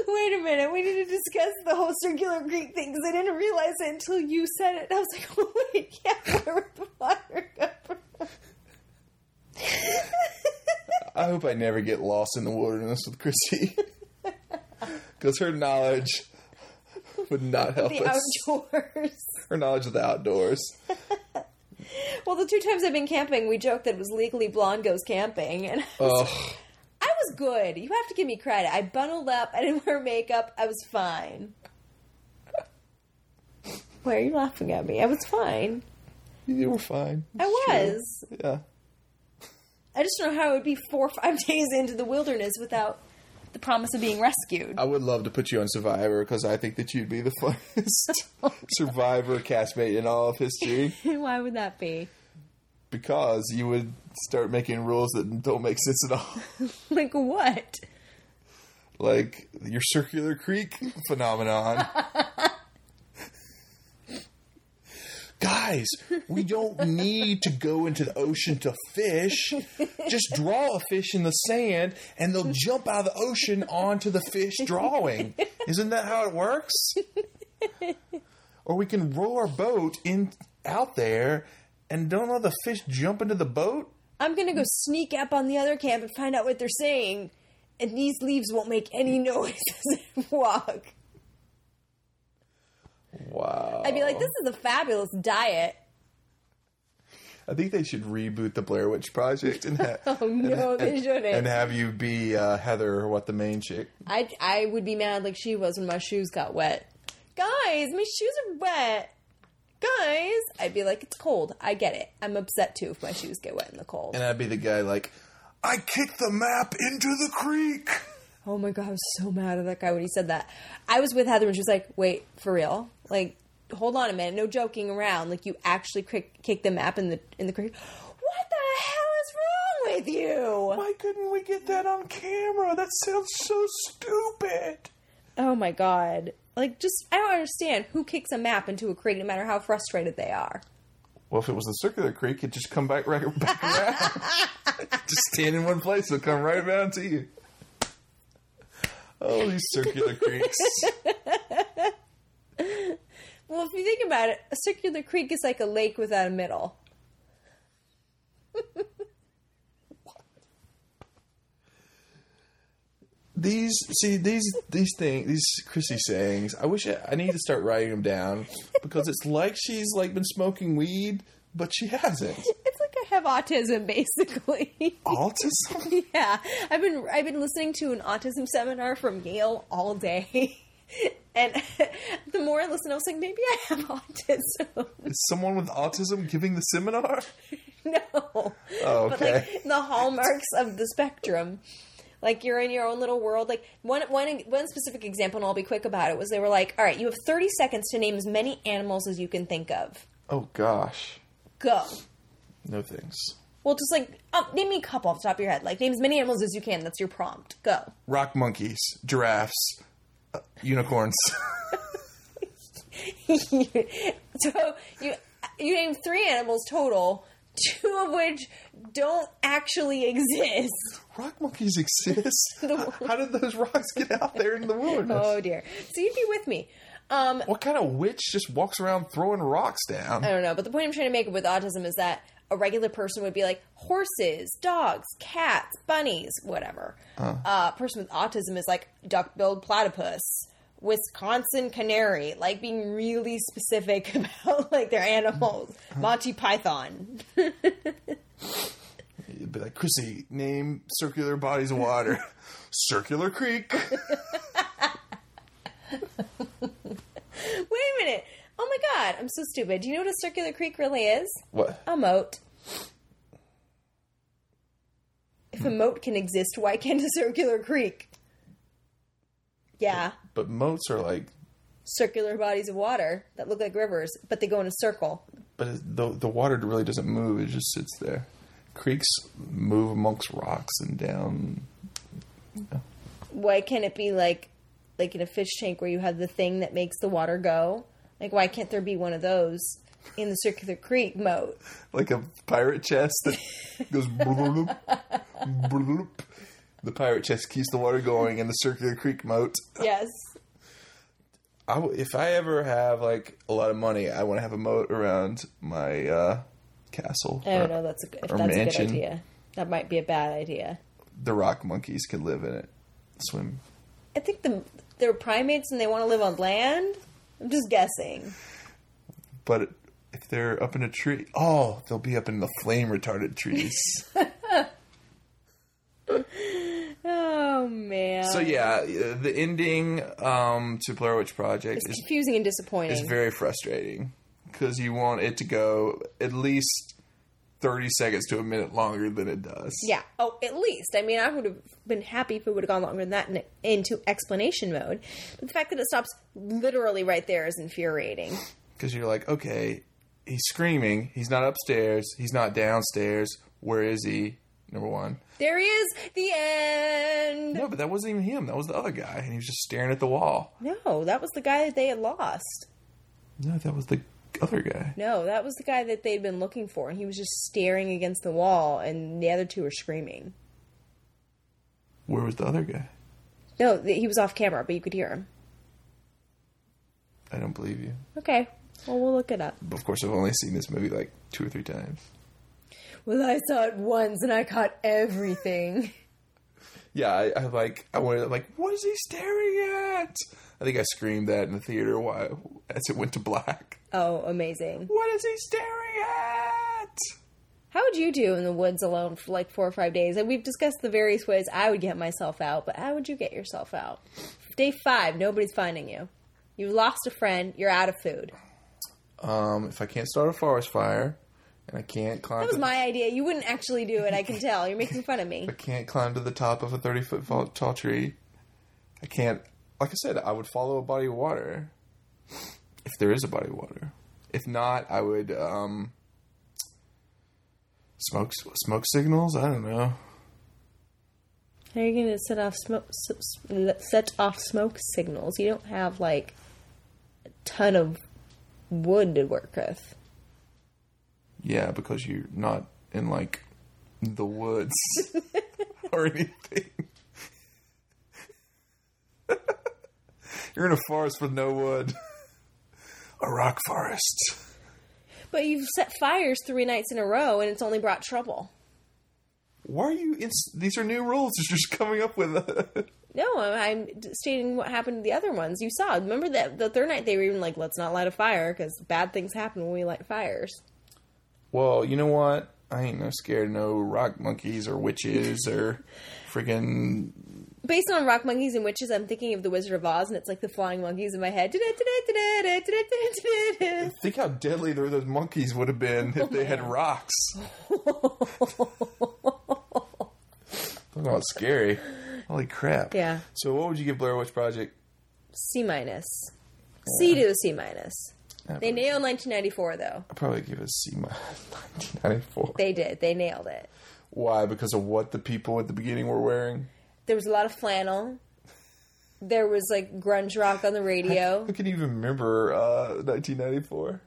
[SPEAKER 2] Wait a minute, we need to discuss the whole circular creek thing because I didn't realize it until you said it. I was like, oh wait, yeah, where would the water go from?
[SPEAKER 1] I hope I never get lost in the wilderness with Chrissy. Because her knowledge would not help
[SPEAKER 2] The
[SPEAKER 1] us.
[SPEAKER 2] outdoors.
[SPEAKER 1] Her knowledge of the outdoors.
[SPEAKER 2] Well, the two times I've been camping, we joked that it was legally blonde goes camping, and
[SPEAKER 1] Ugh.
[SPEAKER 2] I was good. You have to give me credit. I bundled up. I didn't wear makeup. I was fine. Why are you laughing at me? I was fine.
[SPEAKER 1] You were fine.
[SPEAKER 2] I
[SPEAKER 1] It's
[SPEAKER 2] was.
[SPEAKER 1] true. Yeah.
[SPEAKER 2] I just don't know how it would be four or five days into the wilderness without the promise of being rescued.
[SPEAKER 1] I would love to put you on Survivor because I think that you'd be the funniest Survivor castmate in all of history
[SPEAKER 2] Why would that be?
[SPEAKER 1] because you would start making rules that don't make sense at all.
[SPEAKER 2] Like what?
[SPEAKER 1] Like your circular creek phenomenon. Guys, we don't need to go into the ocean to fish. Just draw a fish in the sand and they'll jump out of the ocean onto the fish drawing. Isn't that how it works? or we can row our boat in out there and don't let the fish jump into the boat.
[SPEAKER 2] I'm gonna go sneak up on the other camp and find out what they're saying. And these leaves won't make any noise as I walk.
[SPEAKER 1] Wow.
[SPEAKER 2] I'd be like, this is a fabulous diet.
[SPEAKER 1] I think they should reboot the Blair Witch Project and ha-
[SPEAKER 2] Oh, no,
[SPEAKER 1] and,
[SPEAKER 2] they shouldn't.
[SPEAKER 1] and have you be uh, Heather or what the main chick.
[SPEAKER 2] I I would be mad like she was when my shoes got wet. Guys, my shoes are wet. Guys, I'd be like, it's cold. I get it. I'm upset too if my shoes get wet in the cold.
[SPEAKER 1] And I'd be the guy like, I kicked the map into the creek.
[SPEAKER 2] Oh my god, I was so mad at that guy when he said that. I was with Heather and she was like, "Wait, for real? Like, hold on a minute. No joking around. Like, you actually kick, kick the map in the in the creek. What the hell is wrong with you?
[SPEAKER 1] Why couldn't we get that on camera? That sounds so stupid.
[SPEAKER 2] Oh my god. Like, just I don't understand who kicks a map into a creek, no matter how frustrated they are.
[SPEAKER 1] Well, if it was the circular creek, it'd just come back right back around. just stand in one place, it'll come right around to you. Oh, these circular creeks.
[SPEAKER 2] Well, if you think about it, a circular creek is like a lake without a middle.
[SPEAKER 1] These see these these things these Chrissy sayings. I wish I, I need to start writing them down because it's like she's like been smoking weed, but she hasn't.
[SPEAKER 2] It's like I have autism, basically.
[SPEAKER 1] Autism.
[SPEAKER 2] Yeah, I've been I've been listening to an autism seminar from Yale all day, and the more I listened, I was like, maybe I have autism.
[SPEAKER 1] Is someone with autism giving the seminar?
[SPEAKER 2] no,
[SPEAKER 1] Oh,
[SPEAKER 2] but
[SPEAKER 1] okay.
[SPEAKER 2] like the hallmarks of the spectrum. Like you're in your own little world. Like one one one specific example, and I'll be quick about it. Was they were like, all right, you have 30 seconds to name as many animals as you can think of.
[SPEAKER 1] Oh gosh,
[SPEAKER 2] Go.
[SPEAKER 1] no thanks.
[SPEAKER 2] Well, just like um, name me a couple off the top of your head. Like name as many animals as you can. That's your prompt. Go.
[SPEAKER 1] Rock monkeys, giraffes, uh, unicorns.
[SPEAKER 2] so you you name three animals total, two of which don't actually exist.
[SPEAKER 1] rock monkeys exist. How did those rocks get out there in the wilderness?
[SPEAKER 2] Oh dear. So you'd be with me. Um,
[SPEAKER 1] what kind of witch just walks around throwing rocks down?
[SPEAKER 2] I don't know, but the point I'm trying to make with autism is that a regular person would be like horses, dogs, cats, bunnies, whatever. Uh, A person with autism is like duck-billed platypus, Wisconsin canary, like being really specific about like their animals. Monty Python.
[SPEAKER 1] It'd be like Chrissy, name circular bodies of water. circular Creek.
[SPEAKER 2] Wait a minute. Oh my god, I'm so stupid. Do you know what a circular creek really is?
[SPEAKER 1] What?
[SPEAKER 2] A moat. If a moat can exist, why can't a circular creek? Yeah,
[SPEAKER 1] But moats are like,
[SPEAKER 2] circular bodies of water that look like rivers, but they go in a circle.
[SPEAKER 1] but it- the the water really doesn't move. It just sits there. Creeks move amongst rocks and down.
[SPEAKER 2] Why can't it be like like in a fish tank where you have the thing that makes the water go. Like, why can't there be one of those in the Circular Creek moat?
[SPEAKER 1] like a pirate chest that goes bloop, bloop. The pirate chest keeps the water going in the circular creek moat.
[SPEAKER 2] Yes.
[SPEAKER 1] I w if I ever have like a lot of money, I want to have a moat around my uh, castle.
[SPEAKER 2] I
[SPEAKER 1] Or-
[SPEAKER 2] don't know. That's a, if
[SPEAKER 1] or
[SPEAKER 2] that's a
[SPEAKER 1] mansion.
[SPEAKER 2] good idea. That might be a bad idea.
[SPEAKER 1] The rock monkeys could live in it, swim.
[SPEAKER 2] I think the, they're primates and they want to live on land. I'm just guessing.
[SPEAKER 1] But if they're up in a tree, oh, they'll be up in the flame retarded trees.
[SPEAKER 2] Oh man.
[SPEAKER 1] so yeah, uh, the ending um, to Blair Witch Project
[SPEAKER 2] it's
[SPEAKER 1] is
[SPEAKER 2] confusing and disappointing.
[SPEAKER 1] It's very frustrating because you want it to go at least 30 seconds to a minute longer than it does.
[SPEAKER 2] Yeah. Oh, at least. I mean, I would have been happy if it would have gone longer than that and into explanation mode. But the fact that it stops literally right there is infuriating.
[SPEAKER 1] Because you're like, okay, he's screaming. He's not upstairs. He's not downstairs. Where is he? Number one.
[SPEAKER 2] There is the end.
[SPEAKER 1] No, but that wasn't even him. That was the other guy. And he was just staring at the wall.
[SPEAKER 2] No, that was the guy that they had lost.
[SPEAKER 1] No, that was the other guy.
[SPEAKER 2] No, that was the guy that they'd been looking for, and he was just staring against the wall, and the other two were screaming.
[SPEAKER 1] Where was the other guy?
[SPEAKER 2] No, th- he was off camera, but you could hear him.
[SPEAKER 1] I don't believe you.
[SPEAKER 2] Okay. Well, we'll look it up.
[SPEAKER 1] Of course, I've only seen this movie like two or three times.
[SPEAKER 2] Well, I saw it once, and I caught everything.
[SPEAKER 1] yeah, I, I like I wanted like what is he staring at? I think I screamed that in the theater while as it went to black.
[SPEAKER 2] oh, amazing.
[SPEAKER 1] What is he staring at?
[SPEAKER 2] How would you do in the woods alone for like four or five days? And we've discussed the various ways I would get myself out, but how would you get yourself out? Day five, nobody's finding you. You've lost a friend, you're out of food.
[SPEAKER 1] Um, if I can't start a forest fire and I can't climb,
[SPEAKER 2] That was
[SPEAKER 1] to-
[SPEAKER 2] my idea. You wouldn't actually do it, I can tell. You're making fun of me.
[SPEAKER 1] I can't climb to the top of a thirty foot tall, tall tree. I can't. Like I said, I would follow a body of water if there is a body of water. If not, I would um, smoke smoke signals. I don't know.
[SPEAKER 2] How are you going to set off smoke s- s- set off smoke signals? You don't have like a ton of wood to work with.
[SPEAKER 1] Yeah, because you're not in like the woods or anything. you're in a forest with no wood. A rock forest.
[SPEAKER 2] But you've set fires three nights in a row, and it's only brought trouble.
[SPEAKER 1] Why are you? In- these are new rules. You're just coming up with. A-
[SPEAKER 2] No, I'm I'm stating what happened to the other ones. You saw. Remember that the third night they were even like, "Let's not light a fire because bad things happen when we light fires."
[SPEAKER 1] well, you know what? I ain't no scared of no rock monkeys or witches or freaking.
[SPEAKER 2] Based on rock monkeys and witches, I'm thinking of the Wizard of Oz, and it's like the flying monkeys in my head.
[SPEAKER 1] Think how deadly tho- those monkeys would have been if they had rocks. Talking about scary. Holy crap.
[SPEAKER 2] Yeah.
[SPEAKER 1] So, what would you give Blair Witch Project?
[SPEAKER 2] C minus, C to a C minus.
[SPEAKER 1] I
[SPEAKER 2] They nailed 1994 though.
[SPEAKER 1] I'd probably give it a C minus. 1994.
[SPEAKER 2] They did. They nailed it.
[SPEAKER 1] Why? Because of what the people at the beginning were wearing?
[SPEAKER 2] There was a lot of flannel. There was like grunge rock on the radio.
[SPEAKER 1] How can you even remember uh, 1994?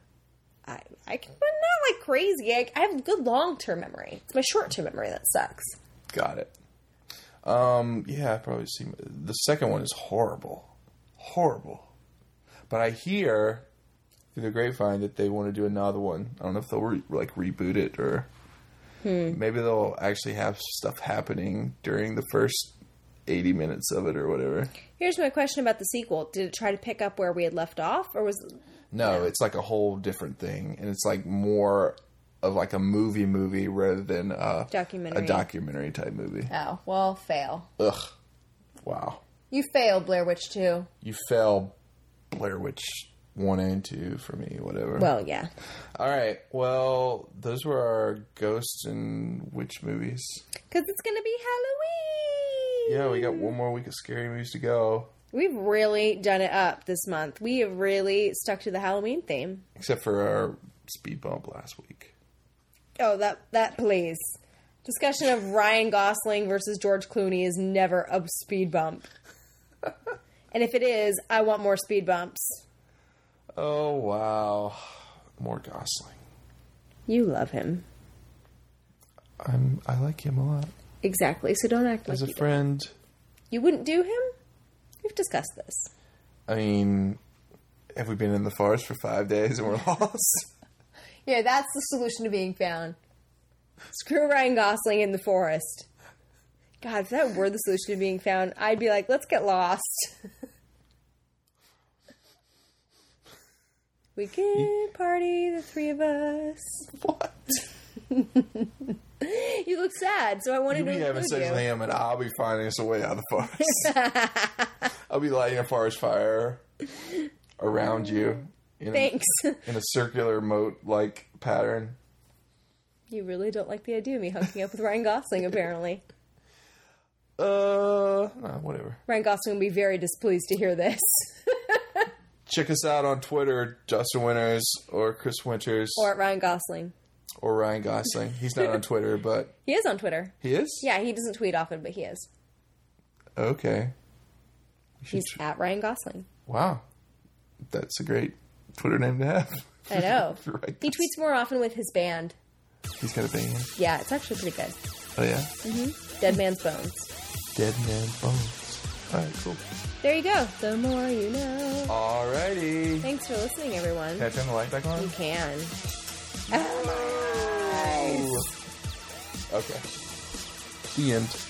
[SPEAKER 2] I, I can, but not like crazy. I, I have a good long term memory. It's my short term memory that sucks.
[SPEAKER 1] Got it. Um, yeah, I probably see. The second one is horrible, horrible. But I hear through the grapevine that they want to do another one. I don't know if they'll re- like reboot it or maybe they'll actually have stuff happening during the first eighty minutes of it or whatever.
[SPEAKER 2] Here's my question about the sequel. Did it try to pick up where we had left off, or was
[SPEAKER 1] No, it's like a whole different thing, and it's like more of like a movie movie rather than a
[SPEAKER 2] Documentary.
[SPEAKER 1] a documentary type movie.
[SPEAKER 2] oh well fail?
[SPEAKER 1] Ugh, wow.
[SPEAKER 2] You failed Blair Witch too.
[SPEAKER 1] you fell Blair Witch one and two for me, whatever.
[SPEAKER 2] Well, yeah.
[SPEAKER 1] all right. Well, those were our ghosts and witch movies.
[SPEAKER 2] Because it's gonna be Halloween.
[SPEAKER 1] Yeah, we got one more week of scary movies to go,
[SPEAKER 2] We've really done it up this month. We have really stuck to the Halloween theme.
[SPEAKER 1] except for our speed bump last week.
[SPEAKER 2] Oh, that that please. Discussion of Ryan Gosling versus George Clooney is never a speed bump. And if it is, I want more speed bumps.
[SPEAKER 1] Oh wow, more Gosling.
[SPEAKER 2] You love him.
[SPEAKER 1] I'm I like him a lot
[SPEAKER 2] Exactly. So don't act
[SPEAKER 1] as
[SPEAKER 2] like
[SPEAKER 1] a
[SPEAKER 2] you, don't.
[SPEAKER 1] friend.
[SPEAKER 2] you wouldn't do him? We've discussed this.
[SPEAKER 1] I mean, have we been in the forest for five days and we're lost?
[SPEAKER 2] Yeah, that's the solution to being found. Screw Ryan Gosling in the forest. God, if that were the solution to being found, I'd be like, let's get lost. we can party, the three of us.
[SPEAKER 1] what?
[SPEAKER 2] You look sad, so I wanted
[SPEAKER 1] You
[SPEAKER 2] to
[SPEAKER 1] be having
[SPEAKER 2] include
[SPEAKER 1] such
[SPEAKER 2] you.
[SPEAKER 1] an am, and I'll be finding us a way out of the forest. I'll be lighting a forest fire around you in a,
[SPEAKER 2] Thanks.
[SPEAKER 1] in a circular moat like pattern.
[SPEAKER 2] you really don't like the idea of me hooking up with Ryan Gosling, apparently.
[SPEAKER 1] Uh, nah, whatever.
[SPEAKER 2] Ryan Gosling would be very displeased to hear this.
[SPEAKER 1] Check us out on Twitter, Justin Winters or Chris Winters
[SPEAKER 2] or Ryan Gosling.
[SPEAKER 1] or Ryan Gosling. He's not on Twitter, but
[SPEAKER 2] He is on Twitter.
[SPEAKER 1] he is.
[SPEAKER 2] Yeah, he doesn't tweet often, but he is.
[SPEAKER 1] Okay.
[SPEAKER 2] He's at Ryan Gosling.
[SPEAKER 1] Wow. That's a great Twitter name to have.
[SPEAKER 2] I know.
[SPEAKER 1] Right.
[SPEAKER 2] He tweets more often with his band.
[SPEAKER 1] He's got a band.
[SPEAKER 2] Yeah, it's actually pretty good.
[SPEAKER 1] Oh yeah.
[SPEAKER 2] Mm-hmm. Dead Man's Bones.
[SPEAKER 1] Dead man bones. All right. Cool.
[SPEAKER 2] There you go. The more you know.
[SPEAKER 1] Alrighty.
[SPEAKER 2] Thanks for listening, everyone.
[SPEAKER 1] Can I turn the light back
[SPEAKER 2] You
[SPEAKER 1] on?
[SPEAKER 2] can. Bye.
[SPEAKER 1] Okay. The end.